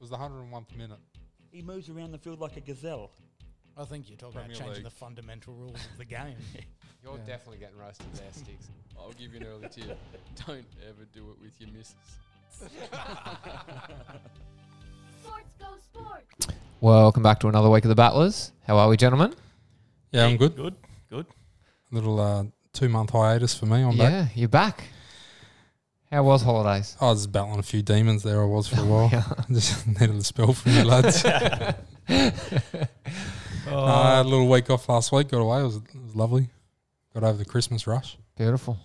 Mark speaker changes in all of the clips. Speaker 1: was the 101th minute.
Speaker 2: He moves around the field like a gazelle.
Speaker 3: I think you're talking
Speaker 1: Premier
Speaker 3: about changing
Speaker 1: League.
Speaker 3: the fundamental rules of the game.
Speaker 4: You're definitely getting roasted there, Sticks.
Speaker 5: I'll give you an early tip. Don't ever do it with your missus.
Speaker 6: Sports go sports.
Speaker 4: Welcome back to another week of the Battlers. How are we, gentlemen?
Speaker 1: Yeah, I'm good.
Speaker 2: Good, good.
Speaker 1: Little uh, two month hiatus for me. I'm back.
Speaker 4: yeah, you're back. How was holidays?
Speaker 1: I was battling a few demons there. I was
Speaker 4: Oh,
Speaker 1: for a while. Just needed a spell from you lads. No, I had a little week off last week. Got away. It was, it was lovely. Got over the Christmas rush.
Speaker 4: Beautiful.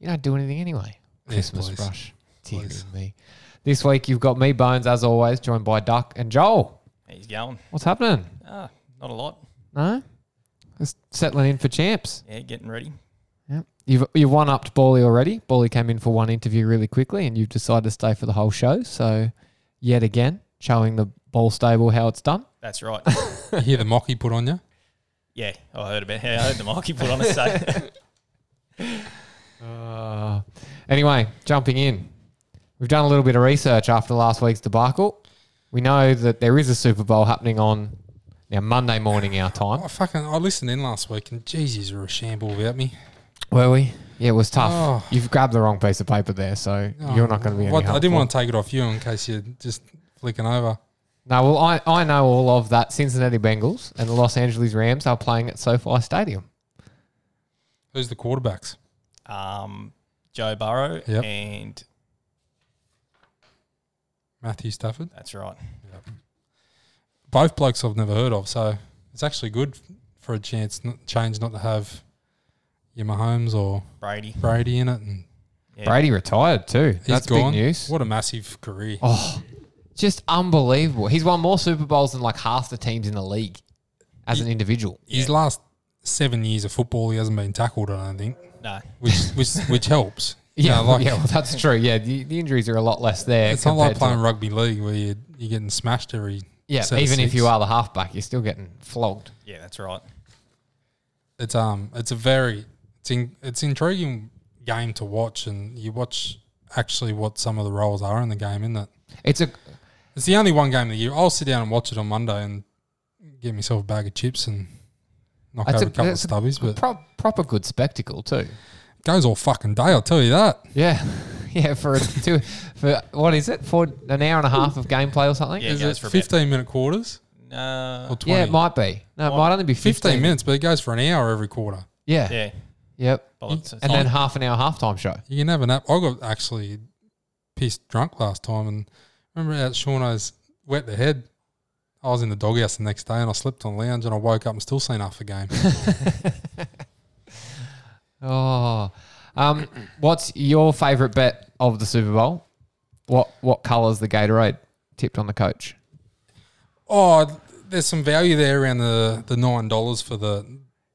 Speaker 4: You don't do anything anyway.
Speaker 1: Yeah,
Speaker 4: Christmas
Speaker 1: please.
Speaker 4: rush. Dear
Speaker 1: Please.
Speaker 4: me. This week you've got me, Bones, as always, joined by Duck and Joel.
Speaker 3: He's going.
Speaker 4: What's happening?
Speaker 3: Ah, not a lot.
Speaker 4: No? Just settling in for champs.
Speaker 3: Yeah, getting ready.
Speaker 4: Yeah. You've you've one upped Bawley already. Bawley came in for one interview really quickly, and you've decided to stay for the whole show. So, yet again, showing the ball stable how it's done.
Speaker 3: That's right.
Speaker 1: You hear the mock he put on you?
Speaker 3: yeah, I heard about. Yeah, I heard the mic he put on us. So
Speaker 4: Uh, anyway, jumping in, we've done a little bit of research after last week's debacle. We know that there is a Super Bowl happening on now Monday morning our
Speaker 1: I
Speaker 4: time.
Speaker 1: fucking I listened in last week and Jesus, you were a shamble without me.
Speaker 4: Were we? Yeah, it was tough.
Speaker 1: Oh.
Speaker 4: You've grabbed the wrong piece of paper there, so you're not going to be. Any
Speaker 1: What, I didn't
Speaker 4: helpful.
Speaker 1: want to take it off you in case you're just flicking over.
Speaker 4: No, well, I, I know all of that. Cincinnati Bengals and the Los Angeles Rams are playing at SoFi Stadium.
Speaker 1: Who's the quarterbacks?
Speaker 3: um, Joe Burrow
Speaker 1: Yep.
Speaker 3: and
Speaker 1: Matthew Stafford.
Speaker 3: that's right.
Speaker 1: Both blokes I've never heard of, so it's actually good for a chance not, change not to have your Mahomes or
Speaker 3: Brady.
Speaker 1: Brady in it, and
Speaker 3: Yeah.
Speaker 4: Brady retired too.
Speaker 1: he's
Speaker 4: That's
Speaker 1: gone.
Speaker 4: big news. Oh,
Speaker 1: What a massive career!
Speaker 4: Just unbelievable. He's won more Super Bowls than like half the teams in the league as an individual.
Speaker 1: His last seven years of football, he hasn't been tackled. I don't think,
Speaker 3: No.
Speaker 1: which which which helps. You
Speaker 4: Yeah,
Speaker 1: know, like-
Speaker 4: yeah, well, that's true. Yeah, the, the injuries are a lot less there.
Speaker 1: It's not like
Speaker 4: compared to-
Speaker 1: playing rugby league where you you're getting smashed every
Speaker 4: Yeah,
Speaker 1: set of
Speaker 4: even if
Speaker 1: six.
Speaker 4: you are the halfback, you're still getting flogged.
Speaker 3: Yeah, that's right.
Speaker 1: it's um it's a very it's in, it's intriguing game to watch and you watch actually what some of the roles are in the game isn't it
Speaker 4: It's a
Speaker 1: it's the only one game of the year i'll sit down and watch it on monday and get myself a bag of chips and knock
Speaker 4: That's
Speaker 1: over
Speaker 4: a-
Speaker 1: a, couple of
Speaker 4: that's a
Speaker 1: stubbies but
Speaker 4: pro- proper good spectacle too.
Speaker 1: goes all fucking day i'll tell you that
Speaker 4: Yeah, yeah. For a two, for what is it? For an hour and a half of gameplay or something?
Speaker 3: Yeah, it
Speaker 1: Is
Speaker 3: goes
Speaker 1: it
Speaker 3: for
Speaker 1: 15 minute quarters
Speaker 3: about.
Speaker 1: or
Speaker 3: No.
Speaker 1: 20
Speaker 4: Yeah, it might be. No, it might only be
Speaker 1: 15
Speaker 4: 15,
Speaker 1: minutes but it goes for an hour every quarter
Speaker 4: Yeah.
Speaker 3: yeah.
Speaker 4: Yep.
Speaker 3: Well, it's, it's
Speaker 4: And
Speaker 3: not-
Speaker 4: then half an hour halftime show.
Speaker 1: You can have a nap. I got actually pissed drunk last time, and remember out Shauno's wet the head. I was in the doghouse the next day, and I slept on the lounge, and I woke up and still seen half the game.
Speaker 4: Oh, um, what's your favourite bet of the Super Bowl? What what colours the Gatorade tipped on the coach?
Speaker 1: oh, there's some value there around the the nine dollars for the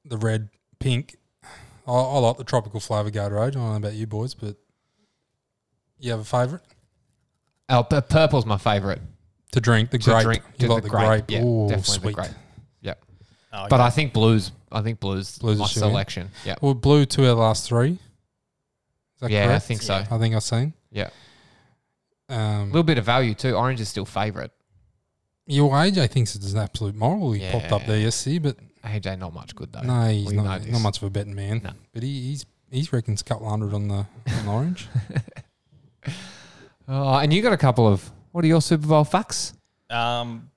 Speaker 1: the red pink. I, I like the tropical flavour Gatorade. I don't know about you boys, but you have a favourite
Speaker 4: Oh, pu- purple's my favourite.
Speaker 1: to drink the
Speaker 4: To
Speaker 1: grape.
Speaker 4: drink,
Speaker 1: you
Speaker 4: to
Speaker 1: like the grape?
Speaker 4: Yeah,
Speaker 1: Ooh,
Speaker 4: definitely
Speaker 1: sweet.
Speaker 4: the grape. Yep.
Speaker 3: Oh,
Speaker 4: But
Speaker 3: yeah.
Speaker 4: I think blues. I think blues.
Speaker 1: Blues
Speaker 4: blues
Speaker 1: are
Speaker 4: my
Speaker 1: shooting.
Speaker 4: selection. Yeah.
Speaker 1: Well, blue two out of the last three. Is that
Speaker 4: Yeah, I
Speaker 1: correct?
Speaker 4: think so. Yeah.
Speaker 1: I think I've seen.
Speaker 4: A
Speaker 1: Um,
Speaker 4: little bit of value too. Orange is still favourite.
Speaker 1: Your AJ thinks it's an absolute moral. He popped up
Speaker 4: Yeah.
Speaker 1: there yesterday, but
Speaker 4: AJ not much good though.
Speaker 1: no, he's
Speaker 4: we know
Speaker 1: not,
Speaker 4: this.
Speaker 1: not much of a betting man.
Speaker 4: No.
Speaker 1: But he, he's he's reckons a couple hundred on the on orange.
Speaker 4: Oh, and you got a couple of what are your Super Bowl facts?
Speaker 3: Um,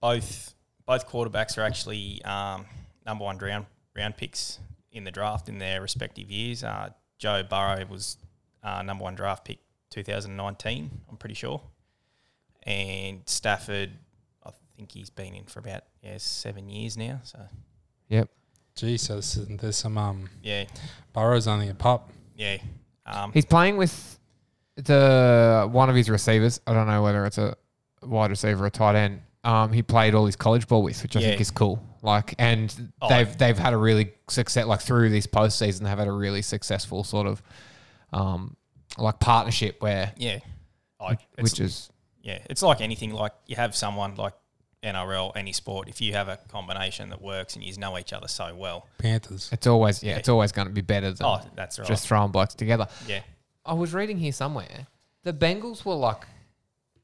Speaker 3: both both quarterbacks are actually um, number one round round picks in the draft in their respective years. Uh, Joe Burrow was uh, number one draft pick 2019, I'm pretty sure, and Stafford, I think he's been in for about yeah seven years now. So
Speaker 4: Yep.
Speaker 1: Gee, so there's, there's some um
Speaker 3: yeah,
Speaker 1: Burrow's only a pup.
Speaker 3: yeah. Um,
Speaker 4: He's playing with the one of his receivers. I don't know whether it's a wide receiver or tight end. Um, he played all his college ball with, which I think
Speaker 3: Yeah.
Speaker 4: is cool. Like, and
Speaker 3: Oh,
Speaker 4: they've they've had a really success like through this postseason. They've had a really successful sort of um, like partnership where,
Speaker 3: yeah, I, it's
Speaker 4: which is
Speaker 3: Yeah, it's like anything. Like you have someone like NRL, any sport. If you have a combination that works and you know each other so well,
Speaker 1: Panthers.
Speaker 4: it's always yeah, it's always going to be better than
Speaker 3: oh, that's right.
Speaker 4: just throwing blokes together.
Speaker 3: yeah,
Speaker 4: I was reading here somewhere the Bengals were like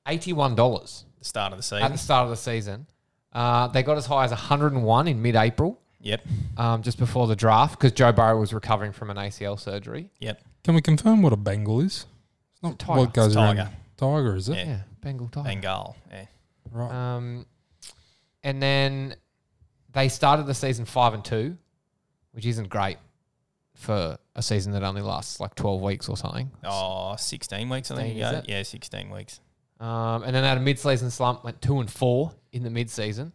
Speaker 4: eighty-one dollars
Speaker 3: the start of the
Speaker 4: at the
Speaker 3: season.
Speaker 4: start of the season. Uh, they got as high as one hundred and one in mid-April,
Speaker 3: Yep,
Speaker 4: um, just before the draft, because Joe Burrow was recovering from an ACL surgery.
Speaker 3: yep.
Speaker 1: Can we confirm what a bangle is? It's not
Speaker 4: tiger.
Speaker 1: what goes around.
Speaker 3: Tiger.
Speaker 1: Tiger, is it?
Speaker 3: Yeah.
Speaker 4: Yeah, Bengal tiger.
Speaker 3: Bengal. Yeah.
Speaker 1: Right.
Speaker 4: Um, and then they started the season five and two, which isn't great for a season that only lasts like twelve weeks or something.
Speaker 3: Oh, 16 weeks, I think you
Speaker 4: 16,
Speaker 3: go.
Speaker 4: is it?
Speaker 3: Yeah, 16 weeks.
Speaker 4: Um, and then they had a mid-season slump, went two and four in the mid-season,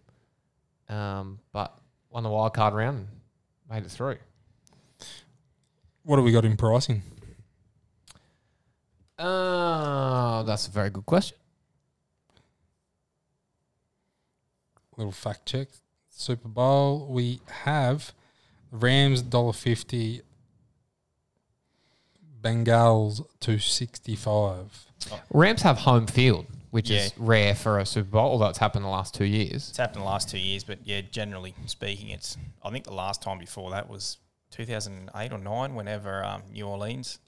Speaker 4: um, but won the wild card round, and made it through.
Speaker 1: What have we got in pricing?
Speaker 4: Oh, that's a very good question.
Speaker 1: Little fact check. Super Bowl. We have Rams dollar fifty. Bengals two sixty five.
Speaker 4: Rams have home field, which
Speaker 3: Yeah.
Speaker 4: is rare for a Super Bowl, although it's happened the last two years.
Speaker 3: It's happened the last two years, but yeah, generally speaking, it's. I think the last time before that was 2008 or 9, whenever um, New Orleans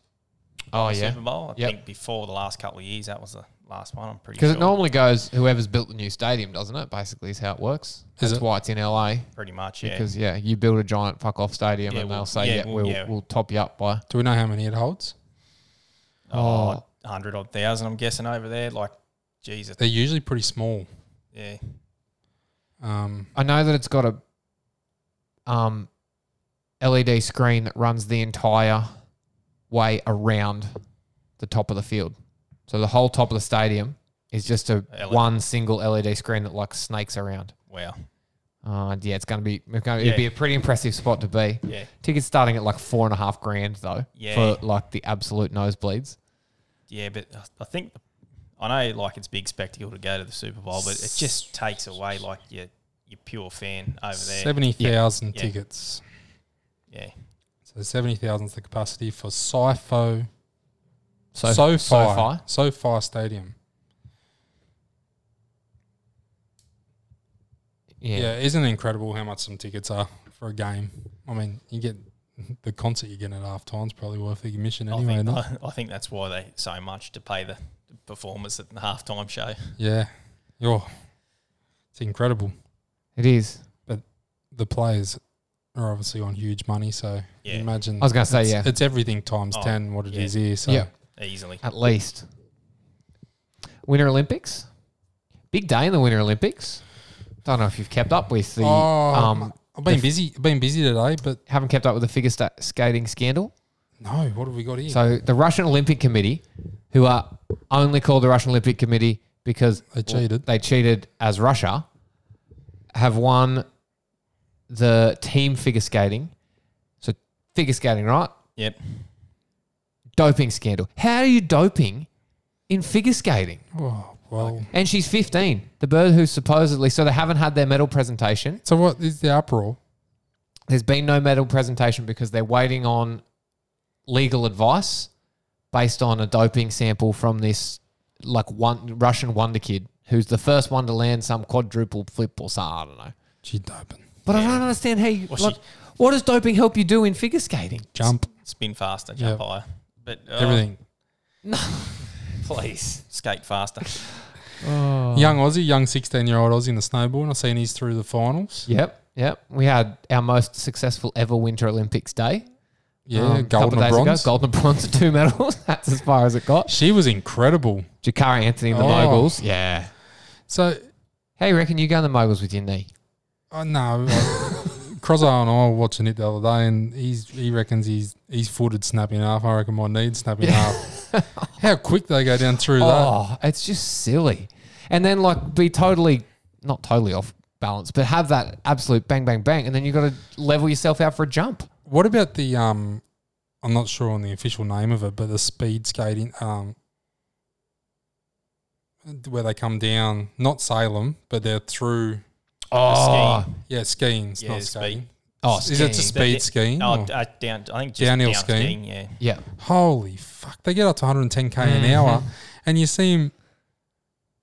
Speaker 4: Oh
Speaker 3: the
Speaker 4: yeah,
Speaker 3: Super Bowl. I
Speaker 4: Yep.
Speaker 3: think before the last couple of years, that was the last one. I'm pretty
Speaker 4: because
Speaker 3: sure.
Speaker 4: it normally goes whoever's built the new stadium, doesn't it? Basically, is how it works.
Speaker 1: Is
Speaker 4: That's
Speaker 1: it?
Speaker 4: why it's in LA.
Speaker 3: pretty much, yeah.
Speaker 4: Because yeah, you build a giant fuck off stadium,
Speaker 3: Yeah,
Speaker 4: and
Speaker 3: well,
Speaker 4: they'll say
Speaker 3: yeah,
Speaker 4: yeah,
Speaker 3: well,
Speaker 4: we'll
Speaker 3: yeah.
Speaker 4: we'll top you up by
Speaker 1: Do we know how many it holds?
Speaker 4: Oh.
Speaker 3: oh, 100 odd thousand, I'm guessing, over there. Like, Jesus.
Speaker 1: They're usually pretty small.
Speaker 3: Yeah.
Speaker 1: Um,
Speaker 4: I know that it's got a um, LED screen that runs the entire way around the top of the field. So the whole top of the stadium is just a
Speaker 3: LED.
Speaker 4: one single LED screen that like snakes around.
Speaker 3: Wow.
Speaker 4: Uh, yeah, it's gonna be it's gonna,
Speaker 3: Yeah.
Speaker 4: it'd be a pretty impressive spot to be.
Speaker 3: Yeah.
Speaker 4: Tickets starting at like four and a half grand though
Speaker 3: Yeah.
Speaker 4: for like the absolute nosebleeds.
Speaker 3: Yeah, but I- I think I know like it's big spectacle to go to the Super Bowl, but it just takes away like your your pure fan over there.
Speaker 1: seventy thousand
Speaker 3: Yeah.
Speaker 1: tickets.
Speaker 3: Yeah,
Speaker 1: So seventy thousand is the capacity for SIFO.
Speaker 4: So
Speaker 1: SoFi,
Speaker 4: so
Speaker 1: SoFi, Stadium.
Speaker 4: yeah.
Speaker 1: Yeah. isn't it incredible how much some tickets are for a game? I mean, you get the concert you get at half time's probably worth the admission
Speaker 3: I
Speaker 1: anyway.
Speaker 3: think
Speaker 1: not?
Speaker 3: I, I think that's why they so much to pay the the performers at the halftime show.
Speaker 1: Yeah, you're. It's incredible.
Speaker 4: it is.
Speaker 1: The players are obviously on huge money, so
Speaker 3: Yeah.
Speaker 1: imagine.
Speaker 4: I was gonna say
Speaker 1: it's,
Speaker 4: yeah,
Speaker 1: it's everything times
Speaker 3: Oh,
Speaker 1: ten what it is
Speaker 3: yeah.
Speaker 1: here. So
Speaker 4: Yeah.
Speaker 3: Easily,
Speaker 4: at least. Winter Olympics, big day in the Winter Olympics. Don't know if you've kept up with the
Speaker 1: oh,
Speaker 4: um,
Speaker 1: I've been
Speaker 4: the-
Speaker 1: busy. I've been busy today, but
Speaker 4: haven't kept up with the figure sta- skating scandal.
Speaker 1: no. What have we got here?
Speaker 4: So the Russian Olympic Committee, who are only called the Russian Olympic Committee because
Speaker 1: They cheated.
Speaker 4: they cheated as Russia, have won the team figure skating. So figure skating, right?
Speaker 3: yep.
Speaker 4: Doping scandal. How are you doping in figure skating?
Speaker 1: oh, well.
Speaker 4: And she's 15. The bird who supposedly, so they haven't had their medal presentation.
Speaker 1: So what is the uproar?
Speaker 4: There's been no medal presentation because they're waiting on legal advice based on a doping sample from this like one Russian wonder kid who's the first one to land some quadruple flip or something. I don't know.
Speaker 1: She doping.
Speaker 4: But I don't understand how you,
Speaker 3: Well,
Speaker 4: like,
Speaker 3: she-
Speaker 4: what does doping help you do in figure skating?
Speaker 1: Jump.
Speaker 3: Spin faster, jump
Speaker 1: Yep.
Speaker 3: higher, but oh,
Speaker 1: Everything.
Speaker 3: Please skate faster.
Speaker 4: Oh.
Speaker 1: Young Aussie, young 16 year old Aussie in the snowboard. I've seen he's through the finals.
Speaker 4: Yep. Yep. We had our most successful ever Winter Olympics day.
Speaker 1: Yeah,
Speaker 4: um, couple
Speaker 1: golden and
Speaker 4: days ago.
Speaker 1: bronze.
Speaker 4: Golden and bronze, two medals. That's as far as it got.
Speaker 1: She was incredible.
Speaker 4: Jakara Anthony and the
Speaker 1: Oh.
Speaker 4: Moguls. Yeah.
Speaker 1: So,
Speaker 4: How you reckon you go in the Moguls with your knee?
Speaker 1: I know. I- Crozzo and I were watching it the other day, and he's he reckons he's he's footed snapping half. I reckon my knee'd snapping half. How quick they go down through that.
Speaker 4: Oh, it's just silly. And then like be totally not totally off balance, but have that absolute bang bang bang, and then you got to level yourself out for a jump.
Speaker 1: What about the um? I'm not sure on the official name of it, but the speed skating um. Where they come down, not Salem, but they're through.
Speaker 3: Oh.
Speaker 1: Yeah, skiing. It's
Speaker 3: Yeah,
Speaker 1: not
Speaker 3: speed.
Speaker 1: skating.
Speaker 4: oh,
Speaker 1: Is it just
Speaker 4: skiing.
Speaker 1: speed
Speaker 3: Yeah.
Speaker 1: skiing?
Speaker 3: Oh,
Speaker 1: or-
Speaker 3: uh, down. I think just
Speaker 1: Downhill
Speaker 3: downhill
Speaker 1: skiing.
Speaker 3: skiing. Yeah,
Speaker 4: yeah,
Speaker 1: Holy fuck. They get up to 110k an
Speaker 4: Mm-hmm.
Speaker 1: hour and you see them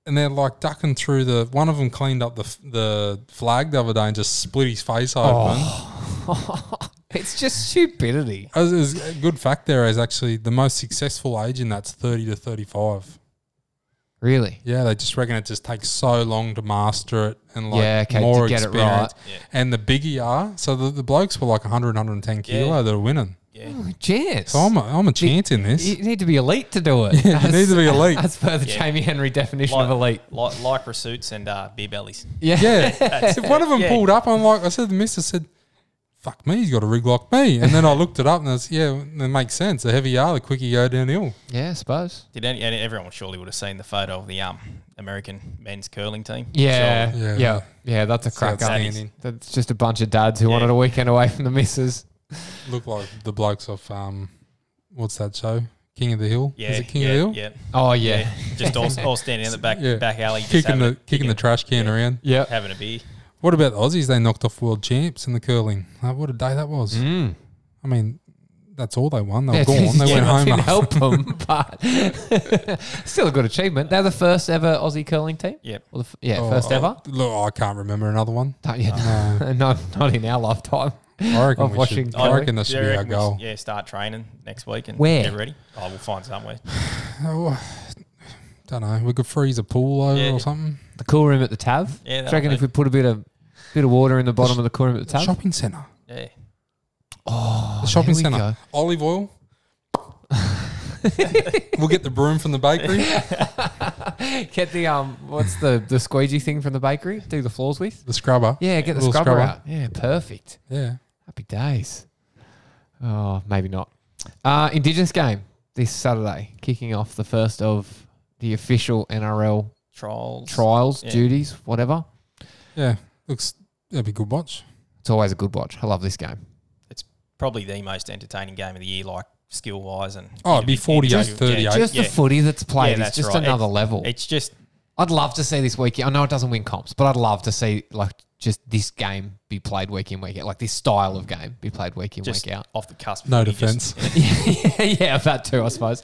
Speaker 1: and they're like ducking through the one of them cleaned up the f- the flag the other day and just split his face
Speaker 4: Oh.
Speaker 1: open.
Speaker 4: it's just stupidity.
Speaker 1: As, as a good fact there is actually the most successful age in that's 30 to 35.
Speaker 4: Really?
Speaker 1: Yeah, they just reckon it just takes so long to master it and like
Speaker 4: Yeah, okay, to
Speaker 1: more
Speaker 4: get it
Speaker 1: experience.
Speaker 4: right.
Speaker 3: Yeah.
Speaker 1: And the bigger you are, so the, the blokes were like 100, 110
Speaker 3: Yeah.
Speaker 1: kilo that are winning.
Speaker 3: Yeah.
Speaker 4: Oh, chance.
Speaker 1: So I'm a, I'm a chance in this.
Speaker 4: you need to be elite to do it.
Speaker 1: Yeah, you need to be elite.
Speaker 4: That's per the
Speaker 3: Yeah.
Speaker 4: Jamie Henry definition of elite.
Speaker 3: Like, like pursuits and uh, beer bellies.
Speaker 4: Yeah.
Speaker 1: Yeah. if one of them
Speaker 3: yeah.
Speaker 1: pulled up, I'm like, I said, the missus said, fuck me, he's got a rig like me. And then I looked it up and it's, yeah, it makes sense. The heavier you are, the quicker you go downhill.
Speaker 4: Yeah, I suppose.
Speaker 3: Did any, and everyone surely would have seen the photo of the um American men's curling team?
Speaker 4: Yeah.
Speaker 1: Surely.
Speaker 4: Yeah.
Speaker 1: Yeah.
Speaker 4: Yeah. that's a crack up.
Speaker 1: Outstanding.
Speaker 4: That's just a bunch of dads who
Speaker 3: Yeah.
Speaker 4: wanted a weekend away from the missus.
Speaker 1: Look like the blokes off, um, what's that show? King of the Hill?
Speaker 3: Yeah.
Speaker 1: Is it King
Speaker 3: yeah,
Speaker 1: of the Hill?
Speaker 3: Yeah.
Speaker 4: Oh, yeah.
Speaker 3: Just all, all standing in the back
Speaker 1: Yeah.
Speaker 3: back alley, just
Speaker 1: Kicking
Speaker 3: having
Speaker 1: the
Speaker 3: a-
Speaker 1: kicking, the trash can
Speaker 3: yeah.
Speaker 1: around.
Speaker 4: Yeah.
Speaker 3: having a beer.
Speaker 1: What about the Aussies? They knocked off world champs in the curling. Like, what a day that was.
Speaker 3: Mm-hmm.
Speaker 4: Mm.
Speaker 1: I mean, that's all they won. They
Speaker 4: Yeah,
Speaker 1: were gone. They
Speaker 4: yeah,
Speaker 1: went home.
Speaker 4: Didn't
Speaker 1: after.
Speaker 4: help them, but still a good achievement. They're the first ever Aussie curling team.
Speaker 3: Yep.
Speaker 4: Or the f- yeah,
Speaker 1: Oh,
Speaker 4: first
Speaker 1: oh,
Speaker 4: ever.
Speaker 1: Look, I can't remember another one.
Speaker 4: Not yet.
Speaker 1: No.
Speaker 4: no, not in our lifetime.
Speaker 1: I reckon
Speaker 4: Of
Speaker 1: we
Speaker 4: watching
Speaker 1: should. I
Speaker 4: curling.
Speaker 1: reckon that
Speaker 3: Do
Speaker 1: should
Speaker 3: you
Speaker 1: be our
Speaker 3: reckon we
Speaker 1: goal.
Speaker 3: should- yeah, start training next week and
Speaker 4: Where?
Speaker 3: get ready. Oh, we'll find somewhere.
Speaker 1: Oh, don't know. We could freeze a pool over
Speaker 3: Yeah.
Speaker 1: or something.
Speaker 4: The cool room at the Tav.
Speaker 3: Yeah,
Speaker 4: Do you reckon
Speaker 3: that'll
Speaker 4: if we put a bit of bit of water in the bottom of the cool room at the Tav?
Speaker 1: Shopping centre.
Speaker 3: Yeah.
Speaker 4: oh,
Speaker 1: The shopping
Speaker 4: there we
Speaker 1: centre. Olive oil. we'll get the broom from the bakery.
Speaker 4: go. Get the um, what's the the squeegee thing from the bakery? Do the floors with?
Speaker 1: The scrubber.
Speaker 4: Yeah, get the
Speaker 1: Little
Speaker 4: scrubber,
Speaker 1: scrubber.
Speaker 4: out. Yeah, perfect.
Speaker 1: Yeah.
Speaker 4: Happy days. Oh, maybe not. Uh, Indigenous game this Saturday, kicking off the first of the official NRL
Speaker 3: Trials.
Speaker 4: trials,
Speaker 3: Yeah.
Speaker 4: duties, whatever.
Speaker 1: Yeah. Looks, that'd be a good watch.
Speaker 4: It's always a good watch. I love this game.
Speaker 3: Probably the most entertaining game of the year, like skill wise and
Speaker 1: Oh, it'd be 48,
Speaker 3: Yeah,
Speaker 1: 38.
Speaker 4: Just
Speaker 3: yeah.
Speaker 4: the footy that's
Speaker 3: Yeah,
Speaker 4: played is
Speaker 3: that's
Speaker 4: just
Speaker 3: right.
Speaker 4: another
Speaker 3: It's-
Speaker 4: level.
Speaker 3: It's just
Speaker 4: I'd love to see this weekend. I know it doesn't win comps, but I'd love to see like just this game be played week in week out, like this style of game be played week in
Speaker 3: just
Speaker 4: week out.
Speaker 3: off the cusp.
Speaker 1: No
Speaker 3: footy, just-
Speaker 1: defence.
Speaker 4: yeah, yeah, that too, I suppose.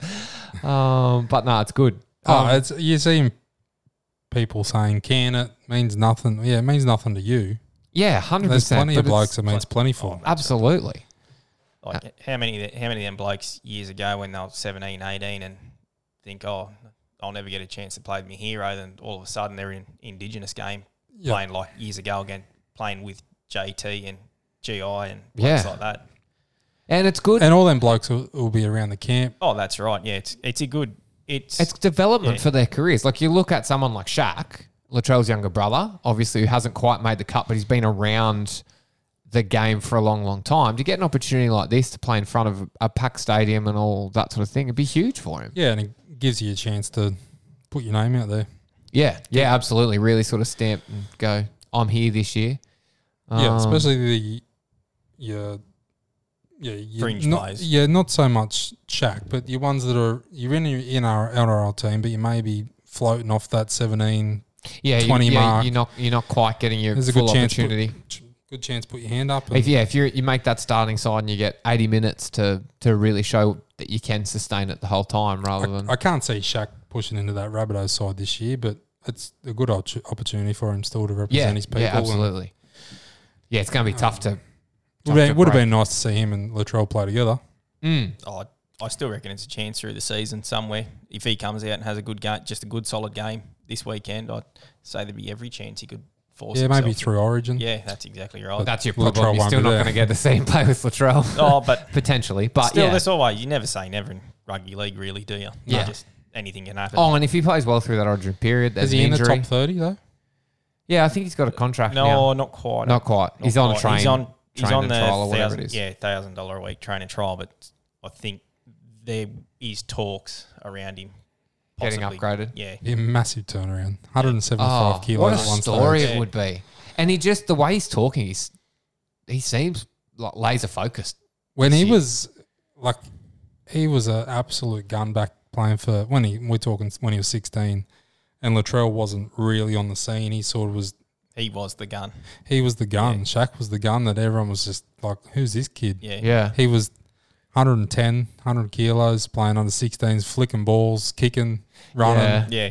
Speaker 4: Um, but no, it's good.
Speaker 1: Oh,
Speaker 4: Um,
Speaker 1: it's you see people saying can it means nothing. Yeah, it means nothing to you.
Speaker 4: yeah, hundred
Speaker 1: There's
Speaker 4: percent.
Speaker 1: plenty of blokes that means plenty
Speaker 4: oh,
Speaker 1: for.
Speaker 4: Absolutely.
Speaker 3: Like how many of the- how many of them blokes years ago when they were 17, 18 and think, oh, I'll never get a chance to play with my hero, then all of a sudden they're in Indigenous game
Speaker 1: Yeah.
Speaker 3: playing like years ago again, playing with JT and GI and
Speaker 4: Yeah.
Speaker 3: blokes like that.
Speaker 4: And it's good.
Speaker 1: And all them blokes will, will be around the camp.
Speaker 3: Oh, that's right. Yeah, it's it's a good. It's,
Speaker 4: it's development
Speaker 3: Yeah.
Speaker 4: for their careers. Like you look at someone like Shaq, Latrell's younger brother, obviously who hasn't quite made the cut, but he's been around the game for a long, long time. To get an opportunity like this to play in front of a packed stadium and all that sort of thing, it'd be huge for him.
Speaker 1: Yeah, and it gives you a chance to put your name out there.
Speaker 4: Yeah, yeah, absolutely. Really sort of stamp and go, I'm here this year.
Speaker 1: yeah,
Speaker 4: Um,
Speaker 1: especially the your yeah your,
Speaker 3: Fringe
Speaker 1: not,
Speaker 3: players.
Speaker 1: Yeah, not so much Shaq, but your ones that are you're in your in our NRL team, but you may be floating off that 17.
Speaker 4: Um, yeah,
Speaker 1: 20
Speaker 4: you, yeah,
Speaker 1: mark.
Speaker 4: You're not, you're not quite getting your
Speaker 1: There's a
Speaker 4: full
Speaker 1: good chance. Put,
Speaker 4: opportunity.
Speaker 1: good chance. Put your hand up.
Speaker 4: If yeah, if you you make that starting side and you get 80 minutes to to really show that you can sustain it the whole time, rather than
Speaker 1: I, I can't see Shaq pushing into that Rabbitoh side this year, but it's a good op- opportunity for him still to represent his people.
Speaker 4: Yeah,
Speaker 1: and
Speaker 4: absolutely. Yeah, it's going to be tough to.
Speaker 1: Would have,
Speaker 4: Tough
Speaker 1: been,
Speaker 4: to
Speaker 1: would have
Speaker 4: break.
Speaker 1: been nice to see him and Latrell play together.
Speaker 4: Mm,
Speaker 3: I I still reckon it's a chance through the season somewhere. If he comes out and has a good game, just a good solid game this weekend, I'd say there'd be every chance he could force.
Speaker 1: yeah, maybe
Speaker 3: himself.
Speaker 1: through Origin.
Speaker 3: Yeah, that's exactly
Speaker 4: but
Speaker 3: right.
Speaker 4: that's your
Speaker 1: Latrell
Speaker 4: problem. You're
Speaker 1: won't
Speaker 4: still
Speaker 1: be
Speaker 4: not
Speaker 1: there.
Speaker 4: going to get the same play with Latrell.
Speaker 3: oh, but
Speaker 4: potentially, but
Speaker 3: still,
Speaker 4: Uh, yeah.
Speaker 3: there's always you never say never in rugby league, really, do you?
Speaker 4: Yeah.
Speaker 3: just anything can happen.
Speaker 4: oh, and if he plays well through that Origin period, there's
Speaker 1: Is he
Speaker 4: an
Speaker 1: in the
Speaker 4: injury.
Speaker 1: top 30, though?
Speaker 4: yeah, I think he's got a contract
Speaker 3: no,
Speaker 4: now.
Speaker 3: not quite.
Speaker 4: Not quite.
Speaker 3: Not
Speaker 4: he's on a
Speaker 3: quite.
Speaker 4: train.
Speaker 3: He's on. He's
Speaker 4: train
Speaker 3: on
Speaker 4: and
Speaker 3: the
Speaker 4: trial or whatever
Speaker 3: thousand,
Speaker 4: it is.
Speaker 3: yeah thousand dollar a week train and trial, but I think there is talks around him
Speaker 4: Getting
Speaker 3: possibly-
Speaker 4: upgraded.
Speaker 3: Yeah,
Speaker 1: Be a massive turnaround. 175
Speaker 4: Oh,
Speaker 1: kilos
Speaker 4: what a
Speaker 1: at one
Speaker 4: story
Speaker 1: stage.
Speaker 4: it
Speaker 3: Yeah.
Speaker 4: would be. And he just the way he's talking, he's he seems like laser focused.
Speaker 1: When he
Speaker 4: Shit.
Speaker 1: was like, he was an absolute gun back playing for when he we're talking when he was 16, and Latrell wasn't really on the scene. He sort of was.
Speaker 3: he was the gun.
Speaker 1: He was the gun. Shaq was the gun that everyone was just like, "Who's this kid?"
Speaker 3: Yeah,
Speaker 4: Yeah,
Speaker 1: He was 110, 100 kilos, playing under 16s, flicking balls, kicking, running,
Speaker 4: Yeah.
Speaker 3: yeah.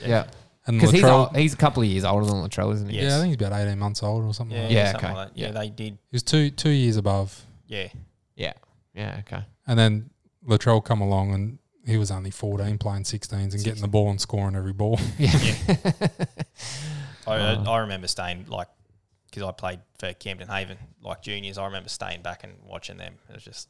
Speaker 4: yeah.
Speaker 1: and
Speaker 4: Because he's
Speaker 1: Latrell.
Speaker 4: old, he's a couple of years older than Latrell, isn't he?
Speaker 3: Yeah.
Speaker 1: Yeah, I think he's about 18 months old or something.
Speaker 3: Yeah,
Speaker 1: like that.
Speaker 4: Yeah,
Speaker 3: something
Speaker 4: okay.
Speaker 3: like that. yeah,
Speaker 4: Yeah.
Speaker 3: they did.
Speaker 1: He was two two years above.
Speaker 3: Yeah,
Speaker 4: Yeah. Yeah. Okay.
Speaker 1: And then Latrell come along and he was only 14 playing 16s and getting the ball and scoring every ball.
Speaker 4: Yeah.
Speaker 3: I, I remember staying like because I played for Camden Haven like juniors. I remember staying back and watching them. It was just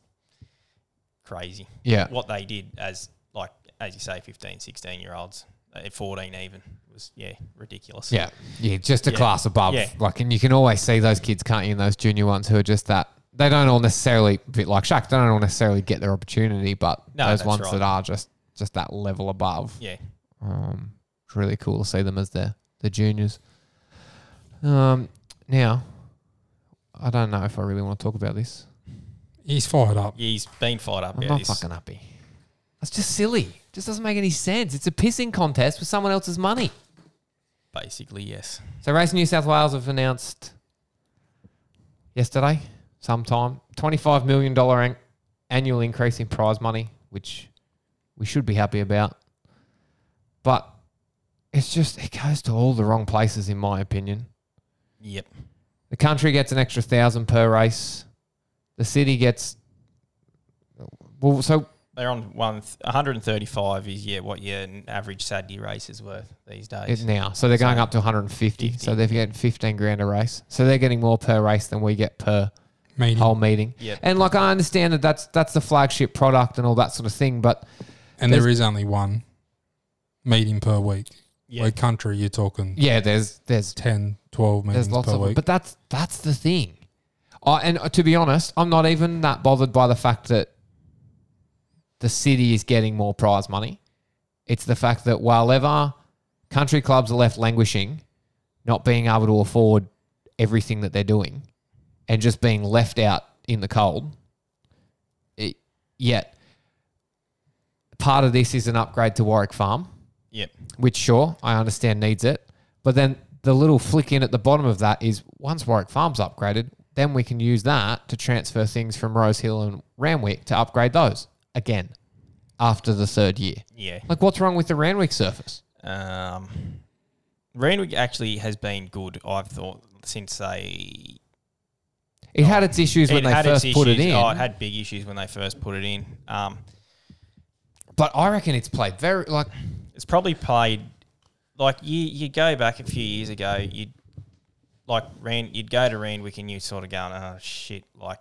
Speaker 3: crazy
Speaker 4: yeah.
Speaker 3: what they did as like as you say, 15, 16 year olds, uh, fourteen even was yeah ridiculous.
Speaker 4: Yeah. Yeah. Just a
Speaker 3: Yeah.
Speaker 4: class above.
Speaker 3: Yeah.
Speaker 4: Like, and you can always see those kids, can't you, and those junior ones who are just that. They don't all necessarily, a bit like Shaq, they don't all necessarily get their opportunity, but
Speaker 3: No,
Speaker 4: those
Speaker 3: that's
Speaker 4: ones
Speaker 3: right.
Speaker 4: that are just just that level above.
Speaker 3: yeah.
Speaker 4: Um, it's really cool to see them as their the juniors. Um, now, I don't know if I really want to talk about this.
Speaker 1: He's fired up.
Speaker 3: Yeah, he's been fired up.
Speaker 4: I'm
Speaker 3: yeah,
Speaker 4: not
Speaker 3: this-
Speaker 4: fucking happy. That's just silly. Just doesn't make any sense. It's a pissing contest with someone else's money.
Speaker 3: Basically, yes.
Speaker 4: So Race New South Wales have announced yesterday, sometime, $25 million an- annual increase in prize money, which we should be happy about. But it's just, it goes to all the wrong places, in my opinion.
Speaker 3: Yep.
Speaker 4: The country gets an extra thousand per race. The city gets. Well, so
Speaker 3: They're on one th- 135 is yeah what your n- average Saturday race is worth these
Speaker 4: it
Speaker 3: days.
Speaker 4: now. So they're going
Speaker 3: So-
Speaker 4: up to 150. So
Speaker 3: 50.
Speaker 4: they're getting 15 grand a race. So they're getting more per race than we get per
Speaker 1: Meeting.
Speaker 4: whole meeting.
Speaker 3: Yep.
Speaker 4: And like I understand that that's that's the flagship product and all that sort of thing, but
Speaker 1: and there is only one meeting per week.
Speaker 3: Yeah.
Speaker 1: Where country, you're talking
Speaker 4: yeah, there's there's
Speaker 1: 10, 12 meetings
Speaker 4: there's lots
Speaker 1: per
Speaker 4: of them.
Speaker 1: week.
Speaker 4: But that's that's the thing. I and uh, to be honest, I'm not even that bothered by the fact that the city is getting more prize money. It's the fact that while ever country clubs are left languishing, not being able to afford everything that they're doing, and just being left out in the cold, it, yet part of this is an upgrade to Warwick Farm
Speaker 3: Yep.
Speaker 4: which sure I understand needs it. But then the little flick in at the bottom of that is once Warwick Farms upgraded, then we can use that to transfer things from Rose Hill and Ranwick to upgrade those again after the third year.
Speaker 3: Yeah.
Speaker 4: Like, what's wrong with the Ranwick surface?
Speaker 3: Um, Randwick actually has been good. I've thought since they
Speaker 4: It had its issues when
Speaker 3: it
Speaker 4: they
Speaker 3: had
Speaker 4: first
Speaker 3: its
Speaker 4: put it
Speaker 3: issues.
Speaker 4: in,
Speaker 3: Oh, it had big issues when they first put it in. Um,
Speaker 4: but I reckon it's played very like
Speaker 3: it's probably played like you you go back a few years ago you like ran you'd go to Randwick and you sort of going oh shit like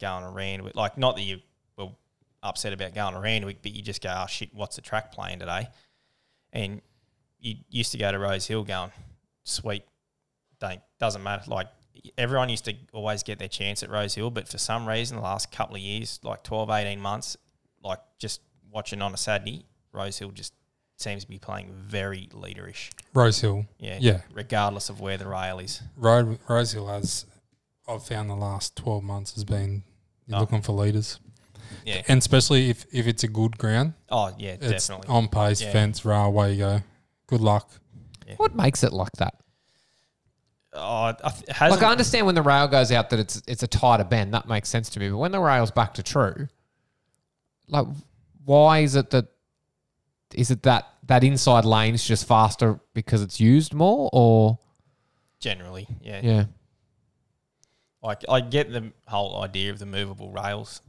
Speaker 3: going to Randwick like not that you were upset about going to Randwick but you just go oh shit what's the track playing today and you used to go to Rose Hill going sweet don't doesn't matter like everyone used to always get their chance at Rose Hill but for some reason the last couple of years like 12 18 months like just watching on a Saturday Rose Hill just seems to be playing very leaderish.
Speaker 1: Rose Hill.
Speaker 3: Yeah.
Speaker 1: Yeah.
Speaker 3: Regardless of where the rail is.
Speaker 1: Road, Rose Hill has, I've found the last 12 months has been you're
Speaker 3: Oh.
Speaker 1: looking for leaders.
Speaker 3: Yeah.
Speaker 1: And especially if, if it's a good ground,
Speaker 3: Oh yeah,
Speaker 1: it's
Speaker 3: definitely.
Speaker 1: on pace,
Speaker 3: Yeah.
Speaker 1: fence, rail, away you go. Good luck.
Speaker 4: what makes it like that.
Speaker 3: Oh, I th- it hasn't,
Speaker 4: like I understand when the rail goes out that it's it's a tighter bend that makes sense to me, but when the rail's back to true, like why is it that is it that that inside lane's just faster because it's used more or
Speaker 3: generally, yeah.
Speaker 4: yeah
Speaker 3: Like I get the whole idea of the movable rails,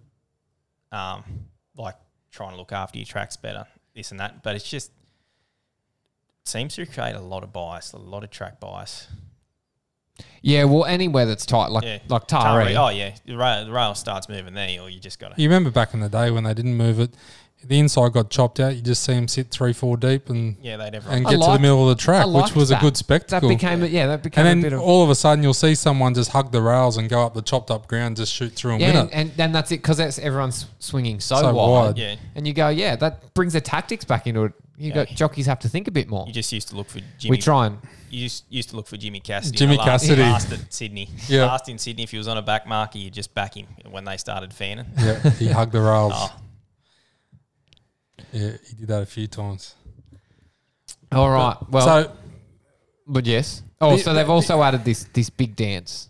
Speaker 3: um, like trying to look after your tracks better, this and that. But it's just seems to create a lot of bias, a lot of track bias.
Speaker 4: yeah well anywhere that's tight like
Speaker 3: Yeah,
Speaker 4: like Taree.
Speaker 3: Oh yeah, the rail, the rail starts moving there, or you just got to.
Speaker 1: You remember back in the day when they didn't move it, the inside got chopped out. You just see them sit three, four deep and,
Speaker 3: Yeah, they'd everyone.
Speaker 1: and
Speaker 4: I
Speaker 1: get to the
Speaker 4: liked-
Speaker 1: middle of the track,
Speaker 4: I
Speaker 1: which
Speaker 4: liked
Speaker 1: was
Speaker 4: that.
Speaker 1: a good spectacle.
Speaker 4: That became a, yeah that became
Speaker 1: and then
Speaker 4: a bit of
Speaker 1: all of a sudden, you'll see someone just hug the rails and go up the chopped up ground, just shoot through and
Speaker 4: yeah
Speaker 1: win
Speaker 4: and,
Speaker 1: it.
Speaker 4: and then that's it because that's everyone's swinging so,
Speaker 1: So
Speaker 4: wide,
Speaker 1: wide.
Speaker 3: yeah,
Speaker 4: and you go yeah that brings the tactics back into it. You
Speaker 3: Yeah.
Speaker 4: got jockeys have to think a bit more.
Speaker 3: you just used to look for Jimmy.
Speaker 4: We try and
Speaker 3: you used, used to look for Jimmy Cassidy.
Speaker 1: Jimmy
Speaker 3: the last,
Speaker 1: Cassidy.
Speaker 3: Last at Sydney.
Speaker 1: Yeah.
Speaker 3: Last in Sydney, if he was on a back marker, you'd just back him when they started fanning.
Speaker 1: Yeah, he hugged the rails.
Speaker 3: Oh,
Speaker 1: Yeah, he did that a few times.
Speaker 4: all right. Well,
Speaker 1: so
Speaker 4: But yes. Oh,
Speaker 1: The-
Speaker 4: so they've
Speaker 1: the-
Speaker 4: also added this this big dance.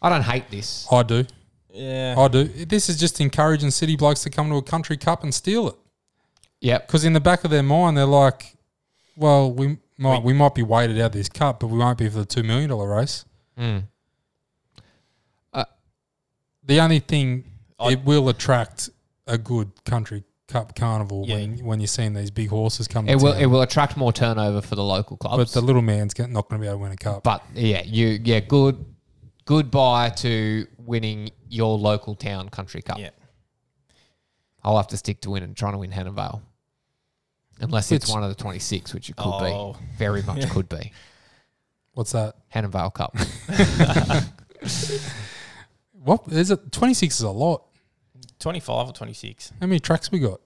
Speaker 4: I don't hate this.
Speaker 1: I do.
Speaker 3: yeah.
Speaker 1: I do. This is just encouraging city blokes to come to a country cup and steal it.
Speaker 4: Yep.
Speaker 1: Because in the back of their mind, they're like, well, we might we, might be weighted out of this cup, but we won't be for the $2 million race. Uh,
Speaker 4: Uh,
Speaker 1: the only thing,
Speaker 3: I-
Speaker 1: it will attract a good country Cup Carnival
Speaker 3: Yeah.
Speaker 1: when when you're seeing these big horses come.
Speaker 4: It
Speaker 1: to
Speaker 4: will
Speaker 1: town.
Speaker 4: it will attract more turnover for the local
Speaker 1: But
Speaker 4: clubs.
Speaker 1: the little man's get- not going to be able to win a cup.
Speaker 4: But yeah, you yeah, good goodbye to winning your local town country cup.
Speaker 3: Yeah.
Speaker 4: I'll have to stick to win and trying to win Hannah Vale. Unless it's,
Speaker 1: Which-
Speaker 4: one of the twenty six, which it could
Speaker 3: Oh.
Speaker 4: be. Very much could be.
Speaker 1: What's that?
Speaker 4: Hannah Vale Cup.
Speaker 1: What is it? Twenty six is a lot.
Speaker 3: 25 or 26?
Speaker 1: How many tracks we got?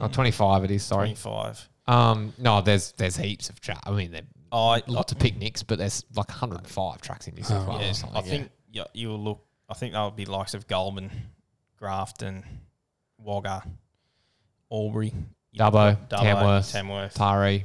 Speaker 4: oh, 25 it is, sorry.
Speaker 3: 25.
Speaker 4: Um no, there's there's heaps of tra- I mean there
Speaker 3: Oh, I,
Speaker 4: lots of picnics, but there's like 105 tracks in New South
Speaker 1: Oh,
Speaker 4: Wales.
Speaker 3: yeah,
Speaker 4: or something,
Speaker 3: I
Speaker 4: yeah.
Speaker 3: think yeah, you will look. I think that would be likes of Goulburn, Grafton, Wagga, Albury, you know,
Speaker 4: Dubbo, Tamworth,
Speaker 3: Tamworth,
Speaker 4: Taree,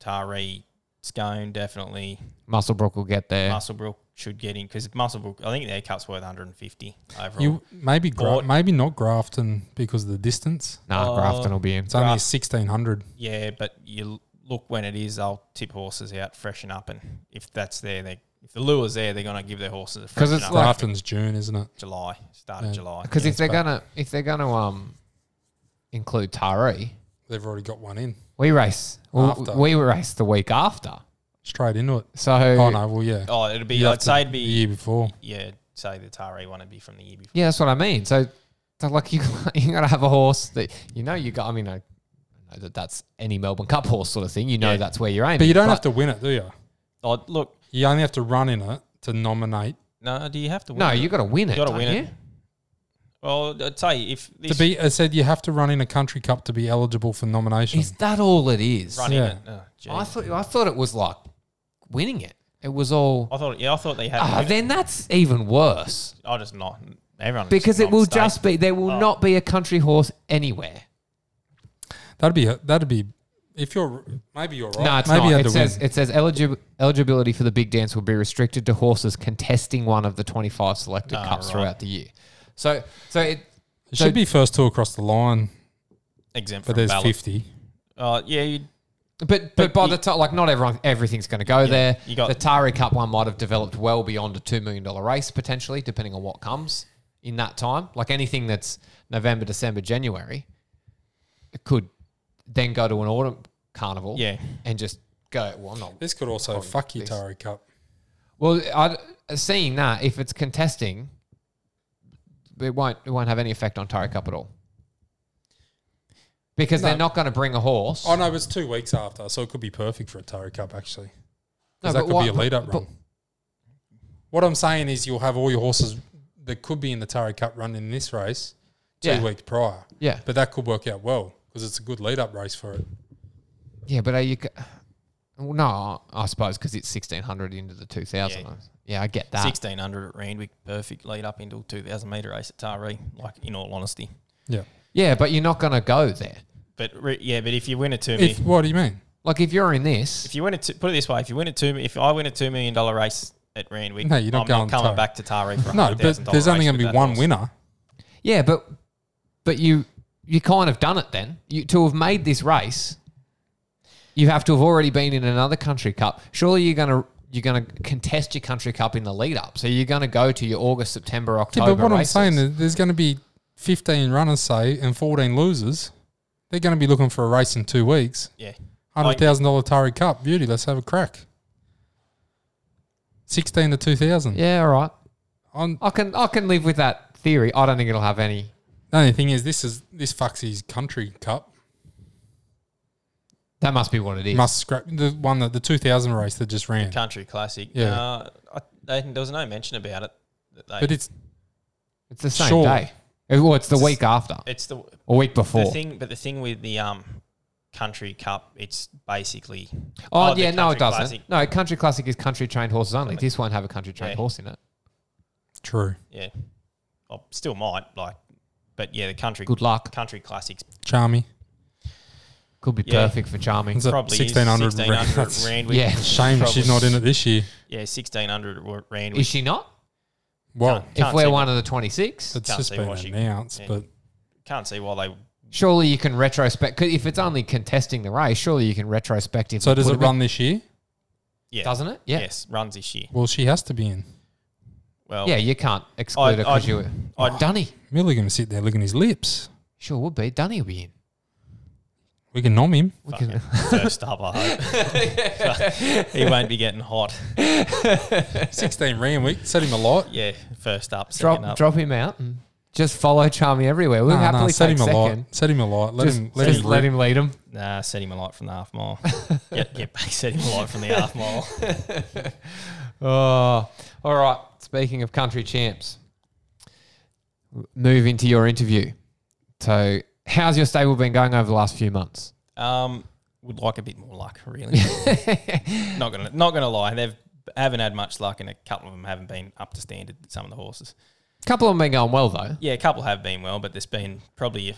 Speaker 3: Taree, Scone, definitely.
Speaker 4: Musselbrook will get there.
Speaker 3: Musselbrook should get in because Musselbrook, I think their cup's worth 150 overall.
Speaker 1: You maybe Gra-
Speaker 3: Port.
Speaker 1: maybe not Grafton because of the distance.
Speaker 4: nah,
Speaker 3: Uh,
Speaker 4: Grafton will be in.
Speaker 1: It's only
Speaker 3: Graf-
Speaker 1: sixteen hundred.
Speaker 3: yeah, but you l- look when it is, they'll tip horses out, freshen up, and if that's there, they if the lure's there, they're gonna give their horses a
Speaker 4: 'Cause
Speaker 3: freshen
Speaker 4: it's
Speaker 3: up.
Speaker 4: like-
Speaker 1: Grafton's June, isn't it?
Speaker 3: July, start
Speaker 1: Yeah.
Speaker 3: of July.
Speaker 4: Because
Speaker 1: Yeah,
Speaker 4: if they're
Speaker 1: but-
Speaker 4: gonna if they're gonna um include Taree,
Speaker 1: They've already got one in
Speaker 4: we race
Speaker 1: After.
Speaker 4: we race the week after.
Speaker 1: straight into it.
Speaker 4: So
Speaker 1: Oh no, well yeah,
Speaker 3: Oh, it'd be.
Speaker 1: You'd have
Speaker 3: I'd
Speaker 1: to-
Speaker 3: say it'd
Speaker 1: the
Speaker 3: be
Speaker 1: year before.
Speaker 3: yeah, say the Taree one would be from the year before.
Speaker 4: yeah, that's what I mean. So, so like you you gotta have a horse that you know you got. I mean I. I know That that's any Melbourne Cup horse sort of thing. You know
Speaker 3: Yeah.
Speaker 4: that's where you're aiming.
Speaker 1: But you don't have to win it, do you?
Speaker 3: Oh, look,
Speaker 1: You only have to run in it to nominate
Speaker 3: no, do you have to win?
Speaker 4: No,
Speaker 3: it?
Speaker 4: you got to win it.
Speaker 3: You gotta
Speaker 4: don't
Speaker 3: win it.
Speaker 4: you?
Speaker 3: Well, I'd say if
Speaker 1: to
Speaker 3: this
Speaker 1: be. I said you have to run in a country cup to be eligible for nomination.
Speaker 4: Is that all it is?
Speaker 3: running
Speaker 1: yeah.
Speaker 3: it, oh, geez.
Speaker 4: I thought I thought it was like winning it. It was all.
Speaker 1: Oh,
Speaker 3: I thought, yeah, I thought they had.
Speaker 4: Ah,
Speaker 3: to win it.
Speaker 4: then that's even worse
Speaker 3: I just not everyone
Speaker 4: because it will just be there will
Speaker 3: Oh.
Speaker 4: not be a country horse anywhere.
Speaker 1: That'd be that'd be if you're maybe you're
Speaker 3: Oh.
Speaker 1: right.
Speaker 4: No, it's
Speaker 1: maybe you
Speaker 4: not.
Speaker 1: had
Speaker 4: It
Speaker 1: to
Speaker 4: says
Speaker 1: win.
Speaker 4: it says eligi- eligibility for the big dance will be restricted to horses contesting one of the twenty five selected
Speaker 3: Ah,
Speaker 4: cups
Speaker 3: right.
Speaker 4: throughout the year. So so it
Speaker 1: It
Speaker 4: so-
Speaker 1: should be first two across the line,
Speaker 3: exempt
Speaker 1: but
Speaker 3: from
Speaker 1: there's
Speaker 3: ballot.
Speaker 1: fifty.
Speaker 3: Uh, yeah, you,
Speaker 4: But but, by
Speaker 3: you-
Speaker 4: the time, like not everyone, everything's going to go there.
Speaker 3: you got-
Speaker 4: the Tari Cup one might have developed well beyond a two million dollar race potentially, depending on what comes in that time. Like anything that's November, December, January, it could then go to an autumn carnival.
Speaker 3: Yeah.
Speaker 4: and just go. Well, I'm not.
Speaker 1: This could also Oh, fuck your
Speaker 4: this.
Speaker 1: Tari Cup.
Speaker 4: Well, I seeing that if it's contesting, it won't it won't have any effect on Tari Cup at all. Because
Speaker 1: No.
Speaker 4: they're not going to bring a horse.
Speaker 1: Oh no, but it's two weeks after, so it could be perfect for a Tari Cup actually.
Speaker 4: No,
Speaker 1: Because that
Speaker 4: but
Speaker 1: could
Speaker 4: why-
Speaker 1: be a lead up
Speaker 4: but-
Speaker 1: run. What I'm saying is you'll have all your horses that could be in the Tari Cup run in this race two
Speaker 4: Yeah.
Speaker 1: weeks prior.
Speaker 4: Yeah.
Speaker 1: But that could work out well because it's a good lead up race for it.
Speaker 4: Yeah, but are you? c- Well, no, I suppose because it's sixteen hundred into the two thousand. Yeah.
Speaker 3: Yeah.
Speaker 4: I get that.
Speaker 3: 1600 at Randwick, perfect lead up into 2000 meter race at Taree. Like in all honesty,
Speaker 1: Yeah.
Speaker 4: Yeah, but you're not going to go there.
Speaker 3: but re, yeah, but if you win a two
Speaker 1: If
Speaker 3: million,
Speaker 1: what do you mean?
Speaker 4: Like if you're in this,
Speaker 3: if you win it, to, put it this way, if you win a two, if I win a two million dollar race at Randwick,
Speaker 1: No, you're not
Speaker 3: I'm
Speaker 1: going
Speaker 3: not coming
Speaker 1: Taree.
Speaker 3: back to Taree for a
Speaker 1: No, but
Speaker 3: $100,000
Speaker 1: there's only going
Speaker 3: race
Speaker 1: to
Speaker 3: with
Speaker 1: be
Speaker 3: that
Speaker 1: one
Speaker 3: horse.
Speaker 1: winner.
Speaker 4: yeah, but but you you kind of done it then. You to have made this race, you have to have already been in another country cup. Surely you're going to. You're going to contest your country cup in the lead up, so you're going to go to your August, September,
Speaker 1: Yeah,
Speaker 4: October.
Speaker 1: but what
Speaker 4: races.
Speaker 1: I'm saying is there's going to be 15 runners, say, and 14 losers. They're going to be looking for a race in two weeks.
Speaker 3: Yeah,
Speaker 1: Hundred thousand dollar Tari Cup beauty. Let's have a crack. Sixteen to two thousand.
Speaker 4: yeah, all right,
Speaker 1: On
Speaker 4: I can I can live with that theory. I don't think it'll have any
Speaker 1: the only thing is, this is this fucks his country cup.
Speaker 4: That must be what it is.
Speaker 1: Must scrap the one that the two thousand race that just ran.
Speaker 3: country classic.
Speaker 1: Yeah.
Speaker 3: uh, I, they, there was no mention about it. that They,
Speaker 1: But it's
Speaker 4: It's the same
Speaker 1: Sure.
Speaker 4: day. It- well, it's the week after
Speaker 3: it's the
Speaker 4: or week
Speaker 3: the
Speaker 4: before.
Speaker 3: thing, but the thing with the um country cup, it's basically
Speaker 4: oh,
Speaker 3: the
Speaker 4: yeah, no, it
Speaker 3: Country
Speaker 4: doesn't.
Speaker 3: Classic.
Speaker 4: No, country classic is country trained horses only. This won't have a country trained
Speaker 3: Yeah.
Speaker 4: horse in it.
Speaker 1: true.
Speaker 3: yeah, well, still might like, but yeah, the country
Speaker 4: Good luck.
Speaker 3: country classics
Speaker 1: Charmy.
Speaker 4: Could be
Speaker 3: Yeah.
Speaker 4: perfect for charming.
Speaker 1: It's a
Speaker 3: probably
Speaker 1: sixteen hundred.
Speaker 3: sixteen hundred Randwick.
Speaker 4: Yeah.
Speaker 1: Shame
Speaker 3: Probably.
Speaker 1: she's not in it this year.
Speaker 3: yeah, sixteen hundred Randwick.
Speaker 4: Is she not?
Speaker 1: Well,
Speaker 3: Can't
Speaker 4: if we're
Speaker 3: see
Speaker 4: one of the 26,
Speaker 1: it's
Speaker 3: can't
Speaker 1: just
Speaker 3: see
Speaker 1: been
Speaker 3: why she-
Speaker 1: announced,
Speaker 3: yeah.
Speaker 1: but
Speaker 3: Can't see why they.
Speaker 4: surely you can retrospect. 'cause If it's only contesting the race, surely you can retrospectively.
Speaker 1: so does
Speaker 4: put
Speaker 1: it
Speaker 4: them in.
Speaker 1: run this year?
Speaker 3: Yeah,
Speaker 4: Doesn't it? Yeah.
Speaker 3: Yes, runs this year.
Speaker 1: Well, she has to be in.
Speaker 3: Well,
Speaker 4: Yeah, you can't exclude
Speaker 3: I-
Speaker 4: her because
Speaker 3: I'd-
Speaker 4: you were.
Speaker 3: I'd-
Speaker 4: Dunny.
Speaker 1: Millie gonna sit there licking his lips.
Speaker 4: Sure would be. Dunny will be in.
Speaker 1: We can nom him.
Speaker 4: We
Speaker 3: Fucking
Speaker 4: can-
Speaker 3: first up, I hope. he won't be getting hot.
Speaker 1: 16 ram week. Set him a lot.
Speaker 3: Yeah, first up, second
Speaker 4: drop
Speaker 3: up.
Speaker 4: drop him out and just follow Charmy everywhere. We'll
Speaker 1: Nah, nah,
Speaker 4: happily
Speaker 1: set
Speaker 4: take
Speaker 1: him a
Speaker 4: second.
Speaker 1: lot. Set him a lot. Let
Speaker 4: just
Speaker 1: him. Let
Speaker 4: just
Speaker 1: him.
Speaker 4: let
Speaker 1: rip.
Speaker 4: him lead him.
Speaker 3: Nah, set him a light from the half mile. yep, yep, set him a light from the half mile.
Speaker 4: Oh, all right. Speaking of country champs, move into your interview. So, how's your stable been going over the last few months?
Speaker 3: Um, would like a bit more luck, really. not gonna, not gonna lie, they've haven't had much luck, and a couple of them haven't been up to standard. Some of the horses,
Speaker 4: A couple of them been going well though.
Speaker 3: yeah, a couple have been well, but there's been probably,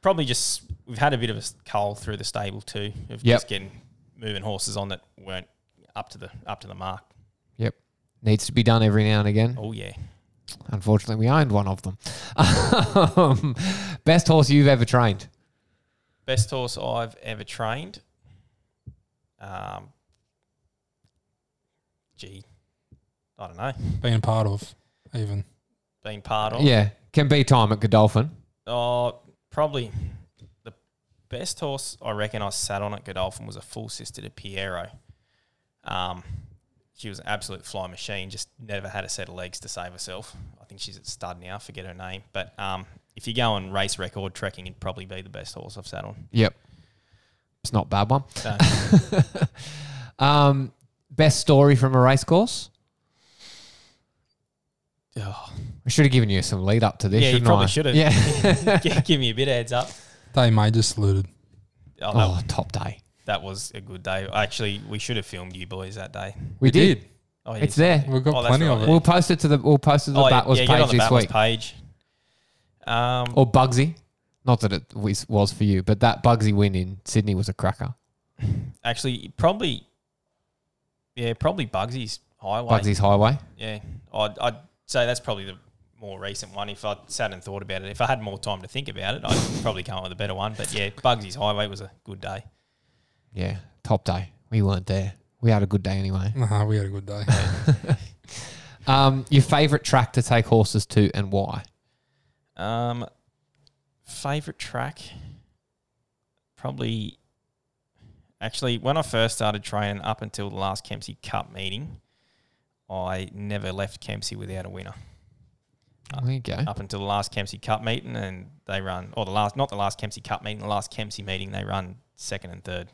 Speaker 3: probably just we've had a bit of a cull through the stable too
Speaker 4: Yep.
Speaker 3: of just getting moving horses on that weren't up to the up to the mark.
Speaker 4: Yep. Needs to be done every now and again.
Speaker 3: Oh yeah,
Speaker 4: Unfortunately, we owned one of them. um, best horse you've ever trained.
Speaker 3: best horse I've ever trained. Um, gee, I don't know,
Speaker 1: Being part of, even.
Speaker 3: been part of
Speaker 4: Yeah. Can be time at Godolphin.
Speaker 3: Oh, probably the best horse I reckon I sat on at Godolphin was a full sister to Piero. Um, she was an absolute fly machine, just never had a set of legs to save herself. I think she's at stud now, forget her name. But um, if you go on race record trekking, it'd probably be the best horse I've sat on.
Speaker 4: Yep. It's not a bad one.
Speaker 3: So,
Speaker 4: Um, best story from a race course.
Speaker 3: oh,
Speaker 4: I should have given you some lead up to this.
Speaker 3: Yeah, you
Speaker 4: shouldn't
Speaker 3: probably
Speaker 4: I?
Speaker 3: should have.
Speaker 4: Yeah.
Speaker 3: gi- give me a bit of heads up.
Speaker 1: They may just saluted.
Speaker 3: Oh, that,
Speaker 4: oh, top day.
Speaker 3: that was a good day. Actually, we should have filmed you boys that day.
Speaker 4: We, did.
Speaker 3: Oh,
Speaker 4: It's
Speaker 3: yeah,
Speaker 4: there.
Speaker 3: sorry.
Speaker 1: We've got
Speaker 3: Oh, that's
Speaker 1: plenty
Speaker 3: right,
Speaker 1: of
Speaker 3: yeah.
Speaker 1: it.
Speaker 4: We'll post it to the we'll post it to the
Speaker 3: Oh, yeah,
Speaker 4: Batlers
Speaker 3: yeah, get on
Speaker 4: page
Speaker 3: the
Speaker 4: this
Speaker 3: Batlers
Speaker 4: week
Speaker 3: page. Um,
Speaker 4: or Bugsy. Not that it was, was for you, but that Bugsy win in Sydney was a cracker.
Speaker 3: actually probably yeah probably Bugsy's highway
Speaker 4: Bugsy's Highway.
Speaker 3: yeah I'd, I'd say that's probably the more recent one if I sat and thought about it if I had more time to think about it I'd probably come up with a better one but yeah Bugsy's highway was a good day
Speaker 4: Yeah, top day. We weren't there. We had a good day anyway.
Speaker 1: Nah, we had a good day.
Speaker 3: Mm.
Speaker 4: Um, your favourite track to take horses to and why?
Speaker 3: um favorite track probably actually when I first started training up until the last Kempsey Cup meeting I never left Kempsey without a winner Uh,
Speaker 4: There you go.
Speaker 3: up until the last Kempsey Cup meeting, and they run, or the last, not the last Kempsey Cup meeting, the last Kempsey meeting, they run second and third.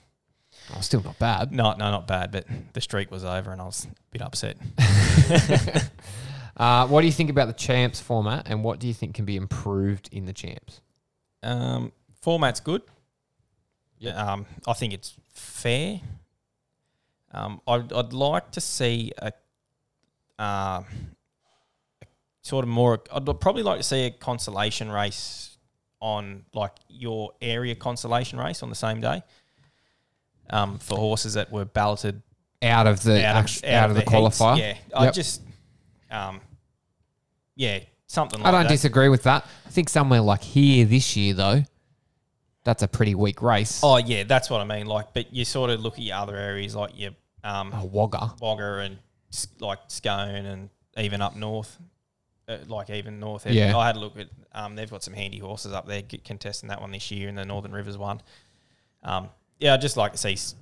Speaker 4: Oh, still not bad.
Speaker 3: No, no, not bad, but the streak was over, and I was a bit upset.
Speaker 4: Uh, what do you think about the champs format, and what do you think can be improved in the champs?
Speaker 3: Um, format's good. Yeah, um, I think it's fair. Um, I'd, I'd like to see a, um, a sort of more. I'd li- probably like to see a consolation race on like your area consolation race on the same day. Um, for horses that were balloted
Speaker 4: Out of the
Speaker 3: out,
Speaker 4: act-
Speaker 3: of,
Speaker 4: out, of the,
Speaker 3: heats.
Speaker 4: qualifier,
Speaker 3: Yeah, I
Speaker 4: Yep.
Speaker 3: just, um, yeah, something. Like
Speaker 4: I don't
Speaker 3: that.
Speaker 4: disagree with that. I think somewhere like here this year though, that's a pretty weak race.
Speaker 3: Oh yeah, that's what I mean. Like, but you sort of look at your other areas, like your um,
Speaker 4: a Wagga.
Speaker 3: Wagga and S- like Scone, and even up north, uh, like even north.
Speaker 4: Yeah.
Speaker 3: I had a look at. Um, they've got some handy horses up there get contesting that one this year in the Northern Rivers one. Um, yeah, I'd just like to see s-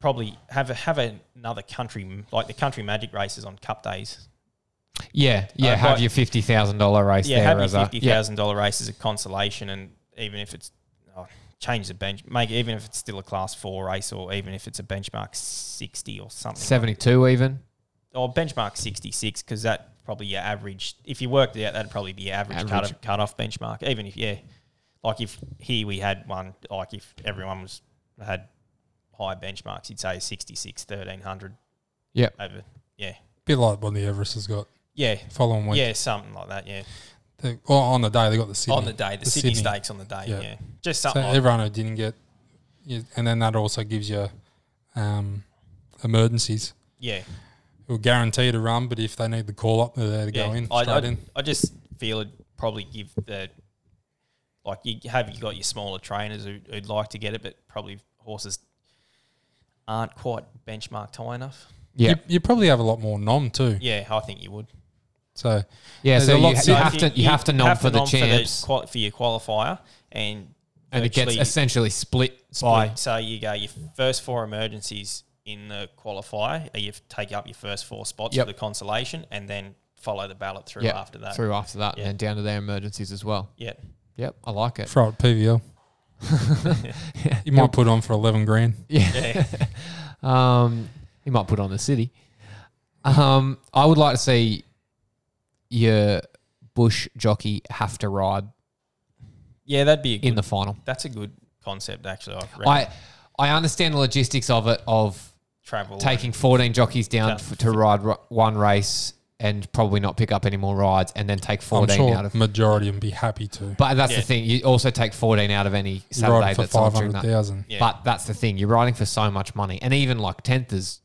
Speaker 3: probably have a, have another country m- like the country magic races on Cup days.
Speaker 4: Yeah, yeah.
Speaker 3: Uh,
Speaker 4: have
Speaker 3: but-
Speaker 4: your fifty thousand dollar race
Speaker 3: Yeah,
Speaker 4: there
Speaker 3: have your
Speaker 4: as a
Speaker 3: fifty
Speaker 4: yeah.
Speaker 3: thousand dollar race as a consolation, and even if it's oh, change the bench, make even if it's still a class four race, or even if it's a benchmark sixty or something,
Speaker 4: seventy two even
Speaker 3: or benchmark sixty six, because that probably your average. If you worked it out, that'd probably be your average,
Speaker 4: Average.
Speaker 3: Cut, cut off benchmark. Even if yeah, like if here we had one, like if everyone was had high benchmarks, you'd say 66, 1300
Speaker 4: Yep.
Speaker 3: over yeah,
Speaker 1: Bit like what the Everest has got
Speaker 3: yeah,
Speaker 1: following week.
Speaker 3: yeah, something like that, yeah.
Speaker 1: They- or on the day they got the Sydney.
Speaker 3: On the day, the, Sydney, stakes on the day,
Speaker 1: Yeah.
Speaker 3: yeah, just
Speaker 1: So
Speaker 3: something. like
Speaker 1: everyone who didn't get, you- and then that also gives you um, emergencies.
Speaker 3: Yeah,
Speaker 1: You're guaranteed a run, but if they need the call up, they're there to
Speaker 3: yeah.
Speaker 1: go in straight
Speaker 3: I, I,
Speaker 1: in.
Speaker 3: I just feel it probably give the like you have you got your smaller trainers who, who'd like to get it, but probably horses aren't quite benchmarked high enough.
Speaker 4: Yeah,
Speaker 1: You, you probably have a lot more nom too.
Speaker 3: Yeah, I think you would.
Speaker 1: So
Speaker 4: yeah.
Speaker 1: There's
Speaker 4: So
Speaker 1: a
Speaker 4: you,
Speaker 1: lot-
Speaker 4: you
Speaker 1: so
Speaker 3: if
Speaker 4: have to you, have to nom for the
Speaker 3: nom
Speaker 4: champs.
Speaker 3: quali- for your qualifier, and
Speaker 4: and it gets
Speaker 3: virtually
Speaker 4: essentially split, split.
Speaker 3: by so you go your first four emergencies in the qualifier, uh, you take up your first four spots
Speaker 4: Yep.
Speaker 3: for the consolation, and then follow the ballot through
Speaker 4: Yep,
Speaker 3: after that.
Speaker 4: through after that,
Speaker 3: Yeah.
Speaker 4: and then down to their emergencies as well.
Speaker 3: Yeah,
Speaker 4: Yep, I like it.
Speaker 1: Throw it PVL. You might put on for eleven grand.
Speaker 3: yeah.
Speaker 4: Um, you might put on the city. Um, I would like to see your bush jockey have to ride
Speaker 3: Yeah, that'd be a good,
Speaker 4: in the final.
Speaker 3: that's a good concept actually. I, reckon.
Speaker 4: I I understand the logistics of it of
Speaker 3: travel
Speaker 4: taking 14 jockeys down
Speaker 3: Yeah.
Speaker 4: f- to ride ro- one race and probably not pick up any more rides and then take
Speaker 1: I'm
Speaker 4: 14 out
Speaker 1: sure
Speaker 4: of
Speaker 1: majority would be happy to.
Speaker 4: but that's
Speaker 3: Yeah.
Speaker 4: the thing you also take 14 out of any
Speaker 1: You're
Speaker 4: Saturday
Speaker 1: riding for
Speaker 4: that's on
Speaker 1: five
Speaker 4: during
Speaker 1: hundred
Speaker 4: that
Speaker 1: thousand.
Speaker 3: Yeah.
Speaker 4: But that's the thing. You're riding for so much money. And even like 10th is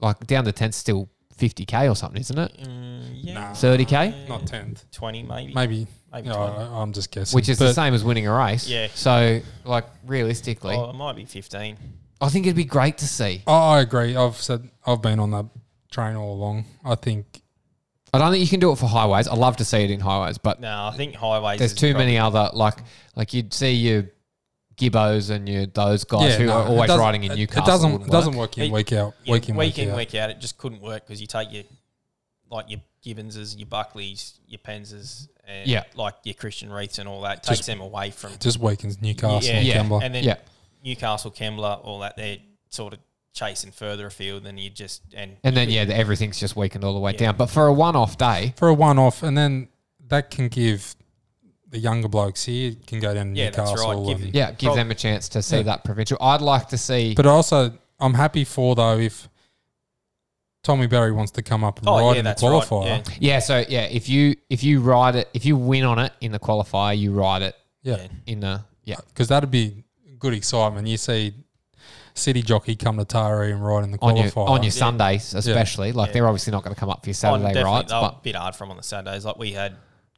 Speaker 4: like down to 10th still 50K or something, isn't it?
Speaker 3: Mm, yeah,
Speaker 4: 30K?
Speaker 1: Not tenth,
Speaker 3: twenty maybe,
Speaker 1: maybe.
Speaker 3: maybe
Speaker 1: No,
Speaker 3: twenty.
Speaker 1: I, I'm just guessing.
Speaker 4: Which is
Speaker 1: But
Speaker 4: the same as winning a race.
Speaker 3: Yeah.
Speaker 4: So, like, realistically,
Speaker 3: Oh, it might be fifteen.
Speaker 4: I think it'd be great to see.
Speaker 1: I, I agree. I've said I've been on that train all along. I think
Speaker 4: I don't think you can do it for highways. I love to see it in highways, but
Speaker 3: No, I think highways.
Speaker 4: there's
Speaker 3: is
Speaker 4: too
Speaker 3: probably-
Speaker 4: many other, like, like you'd see your Gibbos and your those guys who
Speaker 1: no,
Speaker 4: are
Speaker 1: it
Speaker 4: always
Speaker 1: doesn't-
Speaker 4: riding
Speaker 1: it-
Speaker 4: in Newcastle.
Speaker 1: It doesn't
Speaker 4: wouldn't
Speaker 1: it doesn't
Speaker 4: work.
Speaker 1: work in
Speaker 3: It-
Speaker 1: week out.
Speaker 3: Yeah,
Speaker 1: week in week, out.
Speaker 3: It just couldn't work because you take your like your Gibbonses, your Buckleys, your Penses, and
Speaker 4: Yeah.
Speaker 3: like your Christian Reiths and all that
Speaker 1: Just-
Speaker 3: takes them away from
Speaker 1: It just weakens Newcastle
Speaker 3: yeah,
Speaker 1: and
Speaker 4: yeah.
Speaker 1: Kembla.
Speaker 3: and then
Speaker 4: Yeah.
Speaker 3: Newcastle, Kembla, all that. They're sort of chasing further afield than you just and
Speaker 4: And then, yeah, the- everything's just weakened all the way
Speaker 3: Yeah.
Speaker 4: down. But for a one off day,
Speaker 1: for a one off, and then that can give the younger blokes here can go down to
Speaker 3: Yeah, that's
Speaker 1: Newcastle.
Speaker 3: right. Give
Speaker 1: and-
Speaker 3: the-
Speaker 4: Yeah, give
Speaker 3: Prob-
Speaker 4: them a chance to see
Speaker 1: Yeah.
Speaker 4: that provincial. I'd like to see.
Speaker 1: But also, I'm happy for though if Tommy Barry wants to come up and
Speaker 3: oh
Speaker 1: ride
Speaker 3: yeah,
Speaker 1: in the
Speaker 3: that's
Speaker 1: qualifier.
Speaker 3: right. Yeah.
Speaker 4: yeah, so yeah, if you if you ride it, if you win on it in the qualifier, you ride it
Speaker 1: Yeah,
Speaker 3: Yeah.
Speaker 1: because
Speaker 4: in the yeah.
Speaker 3: Uh,
Speaker 1: that'd be good excitement. You see City jockey come to Taree and ride in the
Speaker 4: On your
Speaker 1: qualifier
Speaker 4: on your Sundays, especially, like
Speaker 3: Yeah.
Speaker 4: they're obviously not going to come up for your
Speaker 3: Oh,
Speaker 4: Saturday
Speaker 3: definitely.
Speaker 4: rides,
Speaker 3: They were
Speaker 4: but
Speaker 3: a bit hard for 'em on the Saturdays. Like we had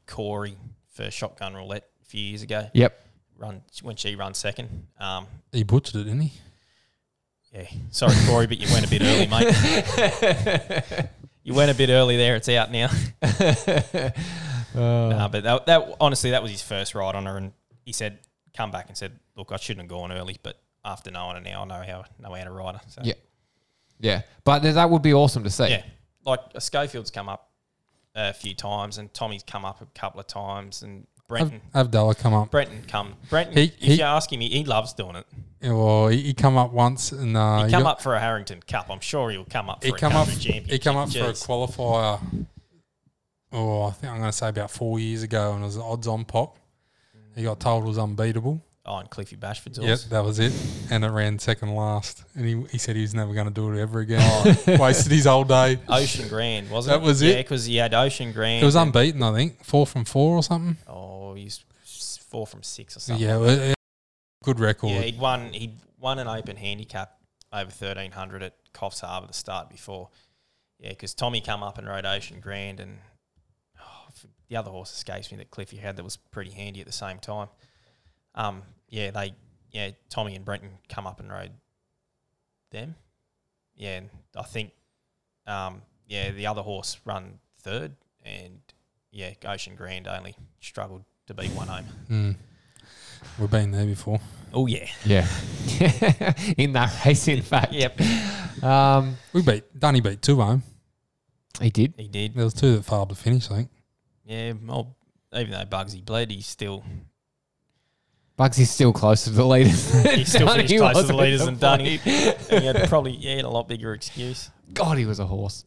Speaker 3: Corey for shotgun roulette a few years ago.
Speaker 4: yep,
Speaker 3: Run when she ran second. Um,
Speaker 1: He butchered it, didn't he?
Speaker 3: Yeah. Sorry, Corey, but you went a bit early, mate. you went a bit early there. It's out now. Nah, but that, that honestly, that was his first ride on her, and he said, "Come back and said, look, I shouldn't have gone early, but after knowing her now, I know how know how to ride her." So,
Speaker 4: yeah, yeah. But th- that would be awesome to see.
Speaker 3: yeah. Like uh, Schofield's come up a few times, and Tommy's come up a couple of times, and
Speaker 1: Have,
Speaker 3: Brenton.
Speaker 1: have Della come up.
Speaker 3: Brenton come. Brenton,
Speaker 1: Um, He-
Speaker 3: if
Speaker 1: he-
Speaker 3: you ask him, he, he loves doing it.
Speaker 1: Yeah, Well, he, he come up once and uh,
Speaker 3: He come
Speaker 1: got-
Speaker 3: up for a Harrington Cup. I'm sure he'll come up for
Speaker 1: He
Speaker 3: a
Speaker 1: come up.
Speaker 3: country
Speaker 1: He
Speaker 3: championship.
Speaker 1: come up for a
Speaker 3: Jeez.
Speaker 1: qualifier. Oh, I think I'm going to say about four years ago, and it was an odds-on pop. He got told it was unbeatable.
Speaker 3: Oh, and Cliffy Bashford's
Speaker 1: Yep,
Speaker 3: also.
Speaker 1: that was it, and it ran second last. And he, he said he was never going to do it ever again.
Speaker 3: Oh.
Speaker 1: Wasted his whole day.
Speaker 3: Ocean Grand, wasn't
Speaker 1: That
Speaker 3: it?
Speaker 1: was
Speaker 3: yeah,
Speaker 1: it.
Speaker 3: because he had Ocean Grand.
Speaker 1: It was
Speaker 3: and-
Speaker 1: unbeaten, I think, four from four or something.
Speaker 3: Oh, he's s- four from six or something.
Speaker 1: Yeah, well, yeah, good record.
Speaker 3: Yeah, he'd won. He'd won an open handicap over thirteen hundred at Coffs Harbour the start before. Yeah, because Tommy come up and rode Ocean Grand, and oh, f- the other horse escapes me that Cliffy had that was pretty handy at the same time. Um, yeah, they, yeah, Tommy and Brenton come up and rode them. Yeah, and I think, um, yeah, the other horse run third, and yeah, Ocean Grand only struggled to beat one home.
Speaker 1: Mm. We've been there before.
Speaker 3: Oh yeah,
Speaker 4: yeah. in that race, in fact,
Speaker 3: yep,
Speaker 4: um,
Speaker 1: We beat Dunny beat two home.
Speaker 4: he did.
Speaker 3: he did.
Speaker 1: There was two that failed to finish. I think.
Speaker 3: Yeah, well, even though Bugsy bled, he's still
Speaker 4: Bugsy's still close to the leaders. than
Speaker 3: he still
Speaker 4: Dunny
Speaker 3: finished close to
Speaker 4: was
Speaker 3: the
Speaker 4: at
Speaker 3: leaders
Speaker 4: the
Speaker 3: than Dunny.
Speaker 4: plate.
Speaker 3: and he had probably he had a lot bigger excuse.
Speaker 4: God, he was a horse.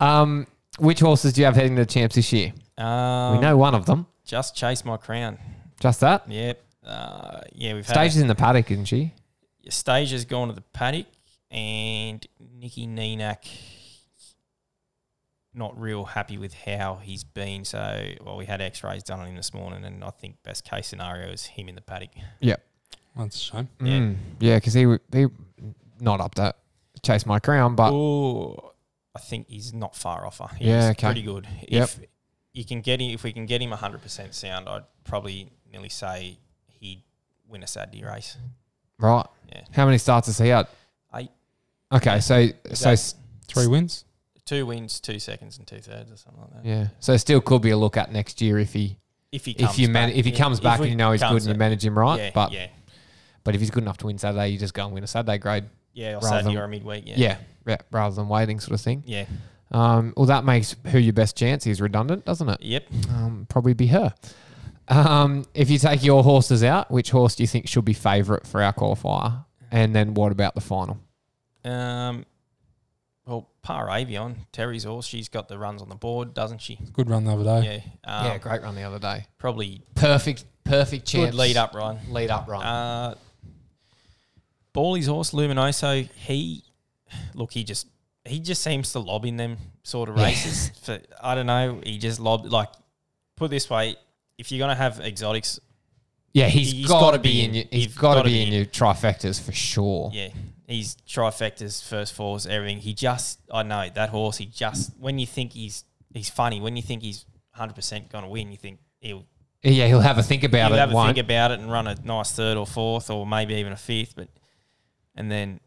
Speaker 4: Um, which horses do you have heading to the champs this year?
Speaker 3: Um,
Speaker 4: we know one of them.
Speaker 3: Just chase my crown.
Speaker 4: Just that.
Speaker 3: Yep. Uh, yeah, we've
Speaker 4: Stage is
Speaker 3: had
Speaker 4: in the paddock, isn't she?
Speaker 3: a, stage has gone to the paddock, and Nicky Ninak not real happy with how he's been. So, well, we had X-rays done on him this morning, and I think best case scenario is him in the paddock.
Speaker 1: That's a shame.
Speaker 3: Yeah.
Speaker 4: Mm. Yeah, because he w- he not up to chase my crown, but
Speaker 3: Oh, I think he's not far off. He's
Speaker 4: Yeah, okay.
Speaker 3: pretty good.
Speaker 4: Yep.
Speaker 3: If you can get him, if we can get him 100% sound, I'd probably nearly say he'd win a Saturday race.
Speaker 4: right.
Speaker 3: Yeah.
Speaker 4: How many starts has he had?
Speaker 3: Eight.
Speaker 4: Okay, so so
Speaker 3: Exact-
Speaker 4: s-
Speaker 1: Three wins.
Speaker 3: two wins, two seconds, and two thirds, or something like that.
Speaker 4: yeah, so still could be a look at next year if he
Speaker 3: if he comes
Speaker 4: If you man-
Speaker 3: back.
Speaker 4: if he
Speaker 3: Yeah.
Speaker 4: comes
Speaker 3: If
Speaker 4: back
Speaker 3: we-
Speaker 4: and you know he's good
Speaker 3: comes
Speaker 4: and you
Speaker 3: back.
Speaker 4: manage him right,
Speaker 3: yeah,
Speaker 4: but
Speaker 3: yeah,
Speaker 4: but if he's good enough to win Saturday, you just go and win a Saturday grade.
Speaker 3: yeah, or
Speaker 4: rather
Speaker 3: Saturday
Speaker 4: than-
Speaker 3: or midweek, yeah,
Speaker 4: Yeah, yeah, rather than waiting sort of thing.
Speaker 3: yeah,
Speaker 4: Um, well, that makes who your best chance is redundant, doesn't it?
Speaker 3: yep.
Speaker 4: Um, probably be her. Um, if you take your horses out, which horse do you think should be favourite for our qualifier? And then what about the final?
Speaker 3: Um, well, Par Avion, Terry's horse, she's got the runs on the board, doesn't she?
Speaker 1: Good run the other day.
Speaker 3: Yeah, um,
Speaker 4: yeah, great run the other day.
Speaker 3: Probably
Speaker 4: Perfect, perfect chance.
Speaker 3: good lead up run.
Speaker 4: lead up run.
Speaker 3: Uh, Ballie's horse Luminoso, he look, he just he just seems to lob in them sort of
Speaker 4: Yeah.
Speaker 3: races. For, I don't know, he just lobbed like put it this way, if you're gonna have exotics,
Speaker 4: yeah, he's
Speaker 3: he's
Speaker 4: got to
Speaker 3: gotta
Speaker 4: be
Speaker 3: be
Speaker 4: in.
Speaker 3: in.
Speaker 4: Your, he's
Speaker 3: You've
Speaker 4: got to
Speaker 3: gotta
Speaker 4: be
Speaker 3: be
Speaker 4: in
Speaker 3: in.
Speaker 4: your trifectas for sure.
Speaker 3: yeah, he's trifectas, first fours, everything. He just I know that horse. He just when you think he's he's funny, when you think he's hundred percent gonna win, you think he'll
Speaker 4: Yeah, he'll have a think about
Speaker 3: you'll
Speaker 4: it.
Speaker 3: have a
Speaker 4: won't?
Speaker 3: think about it and run a nice third or fourth or maybe even a fifth, but and then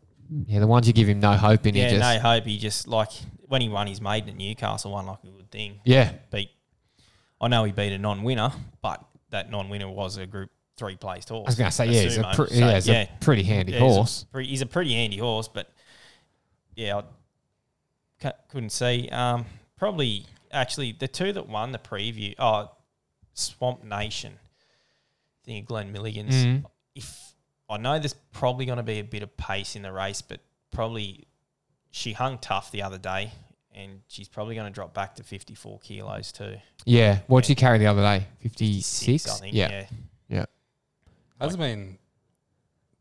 Speaker 4: yeah, the ones you give him no hope in,
Speaker 3: Yeah,
Speaker 4: he just
Speaker 3: no hope. He just like when he won his maiden at Newcastle, won like a good thing.
Speaker 4: yeah,
Speaker 3: Beat, I know he beat a non-winner, but that non-winner was a Group Three placed horse.
Speaker 4: I was going to say,
Speaker 3: A
Speaker 4: yeah, he's a,
Speaker 3: sumo.
Speaker 4: pre-
Speaker 3: So,
Speaker 4: yeah, he's
Speaker 3: yeah,
Speaker 4: a pretty handy
Speaker 3: yeah, he's a
Speaker 4: horse.
Speaker 3: pretty- He's a, pretty handy horse, but yeah, I c- couldn't see. Um, probably actually the two that won the preview. Oh, Swamp Nation. I think of Glenn Milligan's.
Speaker 4: Mhm.
Speaker 3: If I know there's probably going to be a bit of pace in the race, but probably she hung tough the other day, and she's probably going to drop back to 54 kilos too.
Speaker 4: yeah, what did he carry the other day? Fifty
Speaker 3: Six, I
Speaker 4: six.
Speaker 3: think.
Speaker 4: Yeah.
Speaker 3: yeah.
Speaker 4: yeah,
Speaker 1: Hasn't been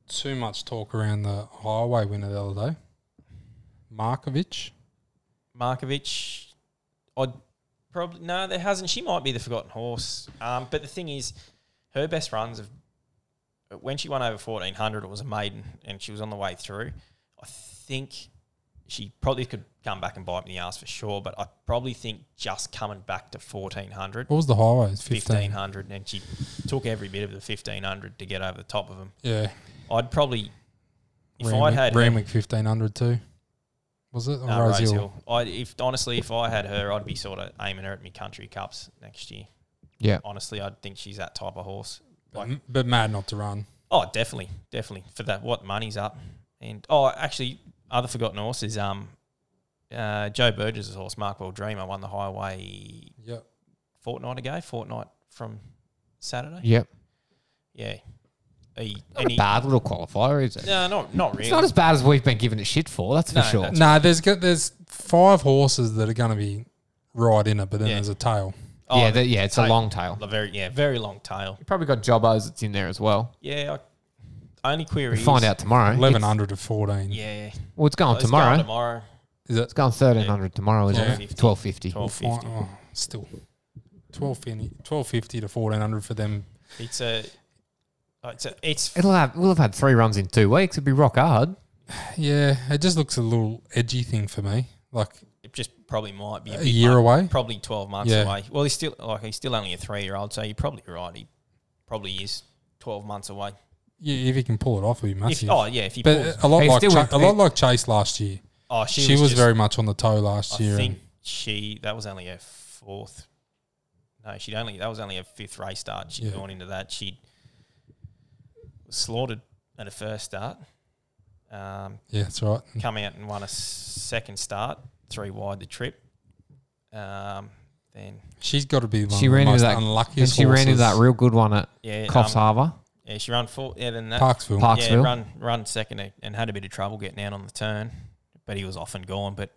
Speaker 1: too much talk around the highway winner the other day. Markovic.
Speaker 3: Markovic. I'd probably no, there hasn't. She might be the forgotten horse. Um, but the thing is, her best runs of when she won over fourteen hundred, it was a maiden, and she was on the way through. I think she probably could come back and bite me in the ass for sure. But I probably think just coming back to fourteen hundred.
Speaker 1: What was the highway? It's 15.
Speaker 3: 1500 and she took every bit of the 1500 to get over the top of them
Speaker 1: Yeah.
Speaker 3: i'd probably if
Speaker 1: Ramwick,
Speaker 3: i'd had her-
Speaker 1: Ramwick 1500 too. Was it? Or
Speaker 3: no,
Speaker 1: Rose
Speaker 3: Rose
Speaker 1: Hill?
Speaker 3: Hill. I, if honestly, if I had her, I'd be sort of aiming her at me country cups next year.
Speaker 4: yeah.
Speaker 3: Honestly, I think she's that type of horse.
Speaker 1: But, but mad not to run.
Speaker 3: Oh, definitely, definitely for that. What money's up? And oh, actually, other forgotten horse is um, uh, Joe Burgess's horse, Markwell Dreamer, won the Highway
Speaker 1: Yep.
Speaker 3: fortnight ago, fortnight from Saturday.
Speaker 4: Yep.
Speaker 3: Yeah, he,
Speaker 4: Not
Speaker 3: and
Speaker 4: a
Speaker 3: he-
Speaker 4: bad little qualifier, is it?
Speaker 3: No, not not really.
Speaker 4: It's not as bad as we've been giving it shit for, that's
Speaker 3: No,
Speaker 4: for sure.
Speaker 3: that's-
Speaker 1: No, there's go- there's five horses that are going to be right in it, but then
Speaker 3: Yeah.
Speaker 1: there's a tail.
Speaker 3: oh,
Speaker 4: yeah, that, yeah, it's a
Speaker 3: tail.
Speaker 4: long tail.
Speaker 3: a very yeah, very long tail.
Speaker 4: You probably got Jobbo's that's in there as well.
Speaker 3: Yeah, I, only query
Speaker 4: We find
Speaker 3: is-
Speaker 4: out tomorrow.
Speaker 1: Eleven hundred to fourteen.
Speaker 3: Yeah,
Speaker 4: Well, it's going
Speaker 3: Let's go
Speaker 4: tomorrow. eh?
Speaker 3: tomorrow.
Speaker 1: Is it?
Speaker 4: It's going thirteen hundred tomorrow, isn't it?
Speaker 3: 12.50.
Speaker 4: Twelve fifty.
Speaker 1: We'll
Speaker 3: Twelve
Speaker 1: find-
Speaker 3: fifty.
Speaker 1: oh, still. 1250, 1250 to 1400 for them.
Speaker 3: It's a. It's a. It's.
Speaker 4: It'll have we'll have had three runs in two weeks. It'd be rock hard.
Speaker 1: Yeah, it just looks a little edgy thing for me. Like
Speaker 3: It just probably might be a,
Speaker 1: a
Speaker 3: big
Speaker 1: year
Speaker 3: month,
Speaker 1: away.
Speaker 3: Probably twelve months
Speaker 1: Yeah.
Speaker 3: away. Well, he's still like he's still only a three-year-old, so you're probably right. He probably is twelve months away.
Speaker 1: Yeah, if he can pull it off, it'll be
Speaker 3: If,
Speaker 1: massive.
Speaker 3: oh yeah, if he
Speaker 1: but
Speaker 3: pulls.
Speaker 1: a lot
Speaker 4: He's
Speaker 1: like
Speaker 4: still
Speaker 1: Cha-
Speaker 4: with-
Speaker 1: a lot like Chase last year.
Speaker 3: Oh,
Speaker 1: She,
Speaker 3: she,
Speaker 1: was,
Speaker 3: just-
Speaker 1: very much on the toe last
Speaker 3: I
Speaker 1: year.
Speaker 3: think
Speaker 1: and-
Speaker 3: she that was only a fourth. No, she'd only that was only a fifth race start. She'd
Speaker 1: Yeah.
Speaker 3: gone into that. She was slaughtered at a first start. Um,
Speaker 1: yeah, that's right. And
Speaker 3: come out and won a s- second start, three wide the trip. Um, then
Speaker 1: She's got to be one
Speaker 4: She
Speaker 1: of the
Speaker 4: ran
Speaker 1: most
Speaker 4: into that. And
Speaker 1: unluckiest
Speaker 4: she ran into that
Speaker 1: horses.
Speaker 4: real good one at
Speaker 3: yeah,
Speaker 4: Coffs
Speaker 3: um,
Speaker 4: Harbour.
Speaker 3: yeah, she run four. Yeah, then that
Speaker 1: Parksville.
Speaker 4: Park-
Speaker 3: yeah,
Speaker 4: Knoxville.
Speaker 3: run run second a- and had a bit of trouble getting out on the turn, but he was off and gone. But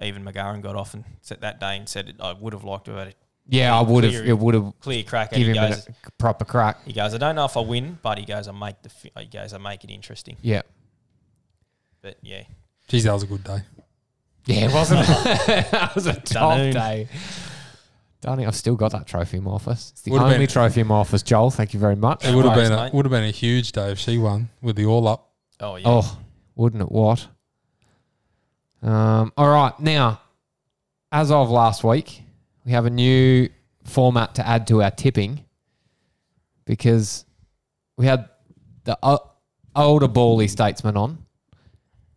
Speaker 3: even McGarren got off and said that day and said I would have liked to have had a
Speaker 4: Yeah, I would have.
Speaker 3: clear-
Speaker 4: It would have
Speaker 3: clear crack. And
Speaker 4: give
Speaker 3: he
Speaker 4: him a
Speaker 3: goes,
Speaker 4: proper crack.
Speaker 3: he goes, I don't know if I win, but he goes, I make the fi- he goes, I make it interesting.
Speaker 4: Yeah.
Speaker 3: But yeah,
Speaker 1: Jeez, that was a good day.
Speaker 4: Yeah, wasn't it? that was a tough
Speaker 3: Dunno.
Speaker 4: day. Darling, I've still got that trophy in my office. It's the
Speaker 1: Would've
Speaker 4: only
Speaker 1: been-
Speaker 4: trophy in my office, Joel. Thank you very much.
Speaker 1: It would have
Speaker 3: worries,
Speaker 1: been a,
Speaker 3: mate.
Speaker 1: would have been a huge day if she won with the all up.
Speaker 3: oh yeah,
Speaker 4: Oh, wouldn't it? What? Um, all right. Now, as of last week, we have a new format to add to our tipping because we had the o- older Bally statesman on,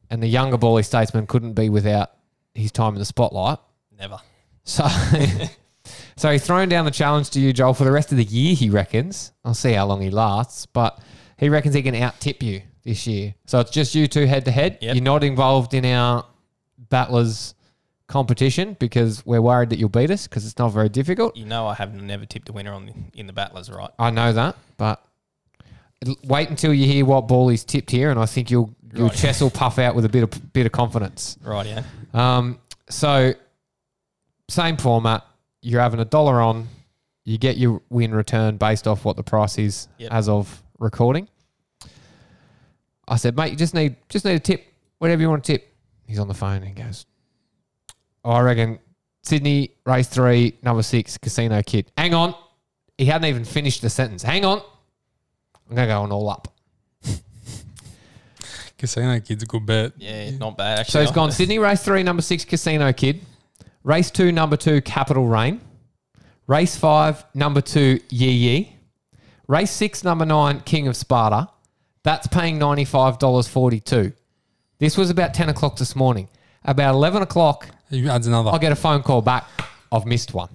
Speaker 4: and the younger Bally statesman couldn't be without his time in the spotlight.
Speaker 3: never.
Speaker 4: So So he's thrown down the challenge to you, Joel, for the rest of the year, he reckons. I'll see how long he lasts, but he reckons he can out tip you this year. So it's just you two head to head.
Speaker 3: Yep.
Speaker 4: You're not involved in our battlers competition because we're worried that you'll beat us because it's not very difficult.
Speaker 3: You know, I have never tipped a winner on the, in the battlers, right?
Speaker 4: I know that, but l- wait until you hear what ball he's tipped here, and I think you'll your
Speaker 3: Right.
Speaker 4: chest will puff out with a bit of bit of confidence.
Speaker 3: Right, yeah.
Speaker 4: Um, so same format. You're having a dollar on. You get your win return based off what the price is
Speaker 3: Yep.
Speaker 4: as of recording. I said, mate, you just need just need a tip, whatever you want to tip. He's on the phone and he goes, "Oh, I reckon Sydney race three, number six, Casino Kid. Hang on, he hadn't even finished the sentence. Hang on, I'm gonna go on all up.
Speaker 1: Casino Kid's a good bet.
Speaker 3: Yeah, not bad actually.
Speaker 4: So he's
Speaker 3: I-
Speaker 4: gone Sydney race three, number six, Casino Kid. Race two, number two, Capital Rain. Race five, number two, Yee Yee. Race six, number nine, King of Sparta. That's paying $95.42. This was about 10 o'clock this morning. About 11 o'clock,
Speaker 1: He adds another.
Speaker 4: I'll get a phone call back. I've missed one.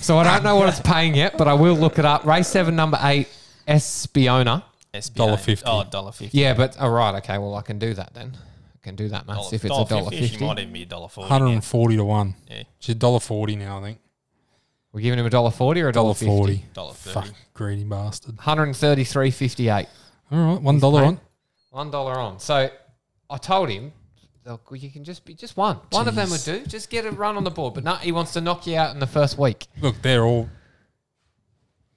Speaker 4: so I don't know what it's paying yet, but I will look it up. Race seven, number eight, Espiona.
Speaker 3: SBA.
Speaker 1: $1.50.
Speaker 3: Oh, dollar fifty.
Speaker 4: Yeah, but, all right, okay, well, I can do that then. I can do that, maths, if it's a dollar
Speaker 3: $1.50, She
Speaker 4: fifty.
Speaker 3: might even be a dollar forty.
Speaker 1: Hundred
Speaker 3: now.
Speaker 1: and forty to one.
Speaker 3: Yeah,
Speaker 1: She's dollar forty now, I think.
Speaker 4: We're giving him a dollar forty or a
Speaker 1: Dollar
Speaker 4: dollar forty.
Speaker 1: forty.
Speaker 3: dollar thirty.
Speaker 1: Fuck, greedy bastard.
Speaker 4: Hundred and thirty-three fifty-eight.
Speaker 1: All right, one dollar
Speaker 4: paying-
Speaker 1: on.
Speaker 4: One dollar on. So I told him, look, well, you can just be just one. One of them would
Speaker 1: Jeez.
Speaker 4: do. Just get a run on the board. But no, he wants to knock you out in the first week.
Speaker 1: Look, they're all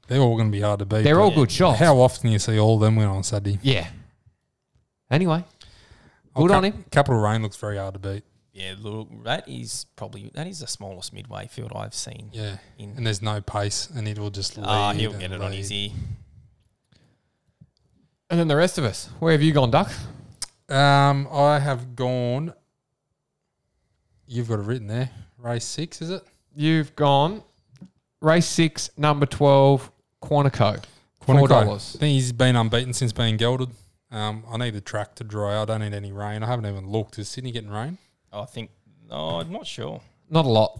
Speaker 1: they're all going to be hard to beat.
Speaker 4: They're all good
Speaker 1: but
Speaker 4: shots.
Speaker 1: How often do you see all of them win on Saturday?
Speaker 4: Yeah. Anyway,
Speaker 1: Oh,
Speaker 4: good
Speaker 1: Cap-
Speaker 4: on him.
Speaker 1: Capital Rain looks very hard to beat.
Speaker 3: Yeah, look, that is probably that is the smallest midway field I've seen.
Speaker 1: Yeah,
Speaker 3: In-
Speaker 1: and there's no pace, and it will just lead.
Speaker 3: Ah, he'll get
Speaker 1: and
Speaker 3: it on
Speaker 1: lead.
Speaker 3: his ear.
Speaker 4: And then the rest of us. Where have you gone, Duck?
Speaker 1: Um, I have gone. You've got it written there. Race six, is it?
Speaker 4: You've gone race six, number twelve, Quantico. Four dollars.
Speaker 1: I think he's been unbeaten since being gelded. Um, I need the track to dry. I don't need any rain. I haven't even looked. Is Sydney getting rain?
Speaker 3: I think. Oh, I'm not sure.
Speaker 4: Not a lot.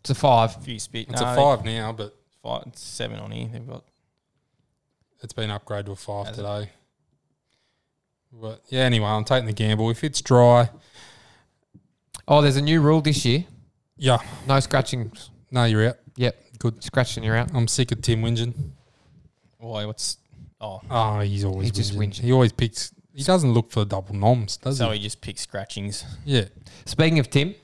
Speaker 4: It's a five.
Speaker 3: A few spit.
Speaker 1: It's
Speaker 3: no,
Speaker 1: a five now, but
Speaker 3: five- it's seven on here. They've got.
Speaker 1: it's been upgraded to a five
Speaker 3: Has it?
Speaker 1: today. But yeah, anyway, I'm taking the gamble. If it's dry,
Speaker 4: Oh, there's a new rule this year.
Speaker 1: yeah,
Speaker 4: No scratchings.
Speaker 1: no, you're out.
Speaker 4: Yep.
Speaker 1: Good.
Speaker 4: Scratching, you're out.
Speaker 1: I'm sick of Tim whinging.
Speaker 3: Why? What's? Oh,
Speaker 1: Oh, he's always
Speaker 4: He just
Speaker 1: whinging.
Speaker 4: whinging.
Speaker 1: He always picks. He doesn't look for double noms, does
Speaker 3: so
Speaker 1: he?
Speaker 3: he just picks scratchings.
Speaker 1: Yeah,
Speaker 4: Speaking of Tim,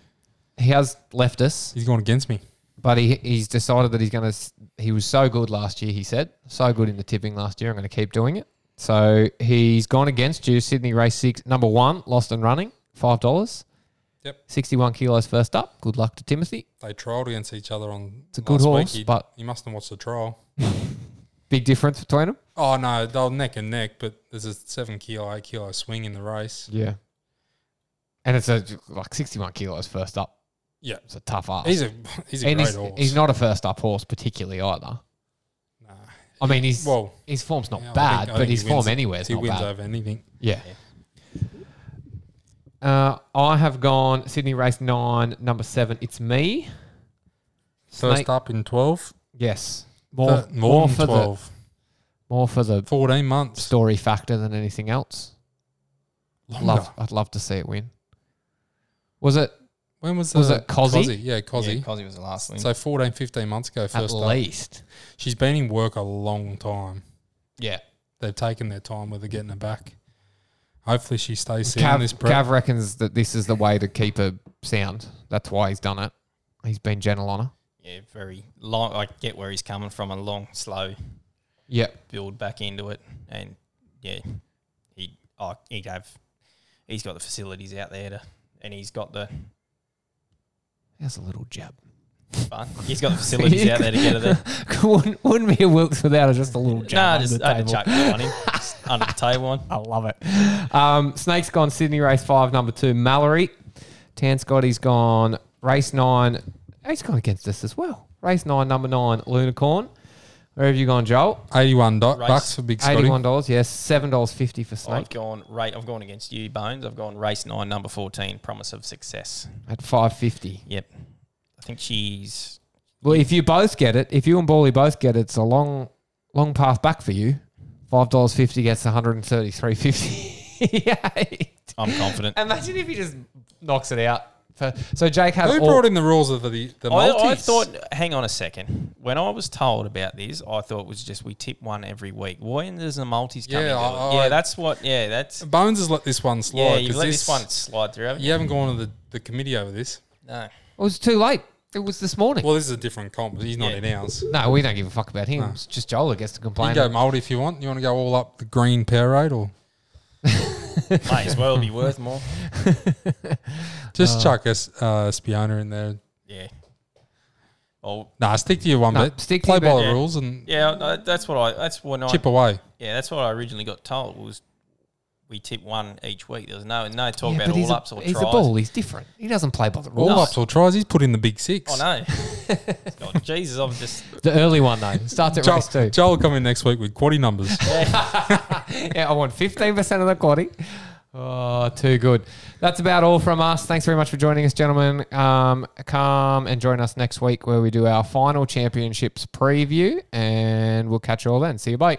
Speaker 4: he has left us,
Speaker 1: he's gone against me.
Speaker 4: but he he's decided that he's going to. He was so good last year. He said so good in the tipping last year. I'm going to keep doing it. So he's gone against you. Sydney race six, number one, lost and running, five dollars.
Speaker 1: Yep.
Speaker 4: Sixty-one kilos first up. Good luck to Timothy.
Speaker 1: They trialled against each other on.
Speaker 4: It's a good horse,
Speaker 1: he,
Speaker 4: but-
Speaker 1: he mustn't watch the trial.
Speaker 4: Big difference between them.
Speaker 1: Oh no, they're neck and neck, but there's a seven kilo, eight kilo swing in the race.
Speaker 4: Yeah. And it's a like sixty-one kilos first up.
Speaker 1: Yeah,
Speaker 4: It's a tough ask.
Speaker 1: he's a he's a
Speaker 4: and
Speaker 1: great
Speaker 4: he's,
Speaker 1: horse.
Speaker 4: he's not a first up horse particularly either.
Speaker 1: Nah.
Speaker 4: I mean, he's
Speaker 1: Well,
Speaker 4: his form's not
Speaker 1: yeah, I
Speaker 4: bad,
Speaker 1: think- I
Speaker 4: but
Speaker 1: think
Speaker 4: his
Speaker 1: he
Speaker 4: form
Speaker 1: wins-
Speaker 4: anywhere is
Speaker 1: he
Speaker 4: not
Speaker 1: wins
Speaker 4: bad.
Speaker 1: over anything.
Speaker 4: Yeah. Uh, I have gone Sydney race nine, number seven. It's me.
Speaker 1: First
Speaker 4: Snake-
Speaker 1: up in twelve,
Speaker 4: Yes.
Speaker 1: more,
Speaker 4: More,
Speaker 1: more,
Speaker 4: more
Speaker 1: than
Speaker 4: for the
Speaker 1: twelve.
Speaker 4: more for the
Speaker 1: Fourteen months.
Speaker 4: story factor than anything else.
Speaker 1: Longer.
Speaker 4: Love, I'd love to see it win. Was it
Speaker 1: When was
Speaker 4: Was
Speaker 1: the,
Speaker 4: it Cozzy?
Speaker 1: Yeah,
Speaker 3: Yeah,
Speaker 1: Cozzy.
Speaker 3: Cozzy was the last one.
Speaker 1: so 14, 15 months ago. First
Speaker 4: at
Speaker 1: up.
Speaker 4: least?
Speaker 1: She's been in work a long time.
Speaker 4: Yeah.
Speaker 1: They've taken their time with her getting her back. Hopefully she stays sound
Speaker 4: Cav,
Speaker 1: this prep.
Speaker 4: Cav reckons that this is the way to keep her sound. That's why he's done it. He's been gentle on her.
Speaker 3: yeah, very long. I get where he's coming from. A long, slow
Speaker 4: Yep.
Speaker 3: build back into it, and yeah, he oh, he'd have. He's got the facilities out there to, and he's got the
Speaker 4: That's a little jab.
Speaker 3: fun. He's got the facilities out there to get it. There.
Speaker 4: wouldn't, wouldn't be a Wilkes without just a little
Speaker 3: Nah,
Speaker 4: jab. under
Speaker 3: just
Speaker 4: the
Speaker 3: I had
Speaker 4: table.
Speaker 3: to chuck that on him Just under the table. One.
Speaker 4: I love it. Um, Snake's gone Sydney race five, number two, Mallory. Tan Scotty's gone race nine. Oh, He's gone against us as well. Race nine, number nine, Lunicorn. Where have you gone, Joel?
Speaker 1: 81 do-
Speaker 3: Race.
Speaker 1: bucks for Big Scotty.
Speaker 4: Eighty-one dollars. Yes, seven dollars fifty for
Speaker 3: I've
Speaker 4: Snake
Speaker 3: gone rate. I've gone against you, Bones. I've gone race nine, number fourteen. Promise of success.
Speaker 4: at five fifty.
Speaker 3: Yep. I think she's
Speaker 4: Well, if you both get it, if you and Bawley both get it, it's a long, long path back for you. Five dollars fifty gets one hundred and thirty three fifty.
Speaker 3: I'm confident.
Speaker 4: Imagine if he just knocks it out. For, so Jake had
Speaker 1: Who
Speaker 4: all,
Speaker 1: brought in the rules of the the
Speaker 3: I,
Speaker 1: multis?
Speaker 3: I thought, hang on a second. When I was told about this, I thought it was just we tip one every week. Why does the multis come?
Speaker 1: Yeah,
Speaker 3: into
Speaker 1: I-
Speaker 3: it? yeah,
Speaker 1: I-
Speaker 3: that's what. Yeah, that's
Speaker 1: Bones has let this one slide.
Speaker 3: yeah. You
Speaker 1: 'cause
Speaker 3: let this, one slide through, haven't
Speaker 1: You haven't gone to the, the committee over this.
Speaker 3: you? No.
Speaker 4: it was too late. It was this morning.
Speaker 1: Well, this is a different comp. He's not
Speaker 3: Yeah.
Speaker 1: in ours. You
Speaker 4: no, we don't give a fuck about him. It's just Joel that gets to complain.
Speaker 1: can go multi if you want. You want to go all up the green parade or
Speaker 3: Might as well be worth more.
Speaker 1: just chuck us uh, Spiona in there.
Speaker 3: Yeah. Well,
Speaker 1: Nah, stick to your one
Speaker 4: No,
Speaker 1: bet.
Speaker 4: stick to
Speaker 1: Play
Speaker 4: your
Speaker 1: by
Speaker 4: bet,
Speaker 1: the
Speaker 3: yeah.
Speaker 1: rules and
Speaker 3: Oh, yeah. I- That's what I. That's what I.
Speaker 1: chip away.
Speaker 3: Yeah, that's what I originally got told was we tip one each week. There was no no talk
Speaker 4: yeah,
Speaker 3: about
Speaker 4: but he's
Speaker 3: all
Speaker 4: a,
Speaker 3: ups or
Speaker 4: he's a
Speaker 3: tries.
Speaker 4: ball. He's different. He doesn't play by the
Speaker 1: All
Speaker 4: rules.
Speaker 1: ups or tries. He's put in the big six.
Speaker 3: Oh no. oh, Jesus, I'm just
Speaker 4: The early one though starts at race
Speaker 1: Joel,
Speaker 4: two.
Speaker 1: Joel will come in next week with quaddy numbers.
Speaker 4: yeah, I want 15% of the quaddy. Oh, too good. That's about all from us. Thanks very much for joining us, gentlemen. Um, come and join us next week where we do our final championships preview, and we'll catch you all then. See you, bye.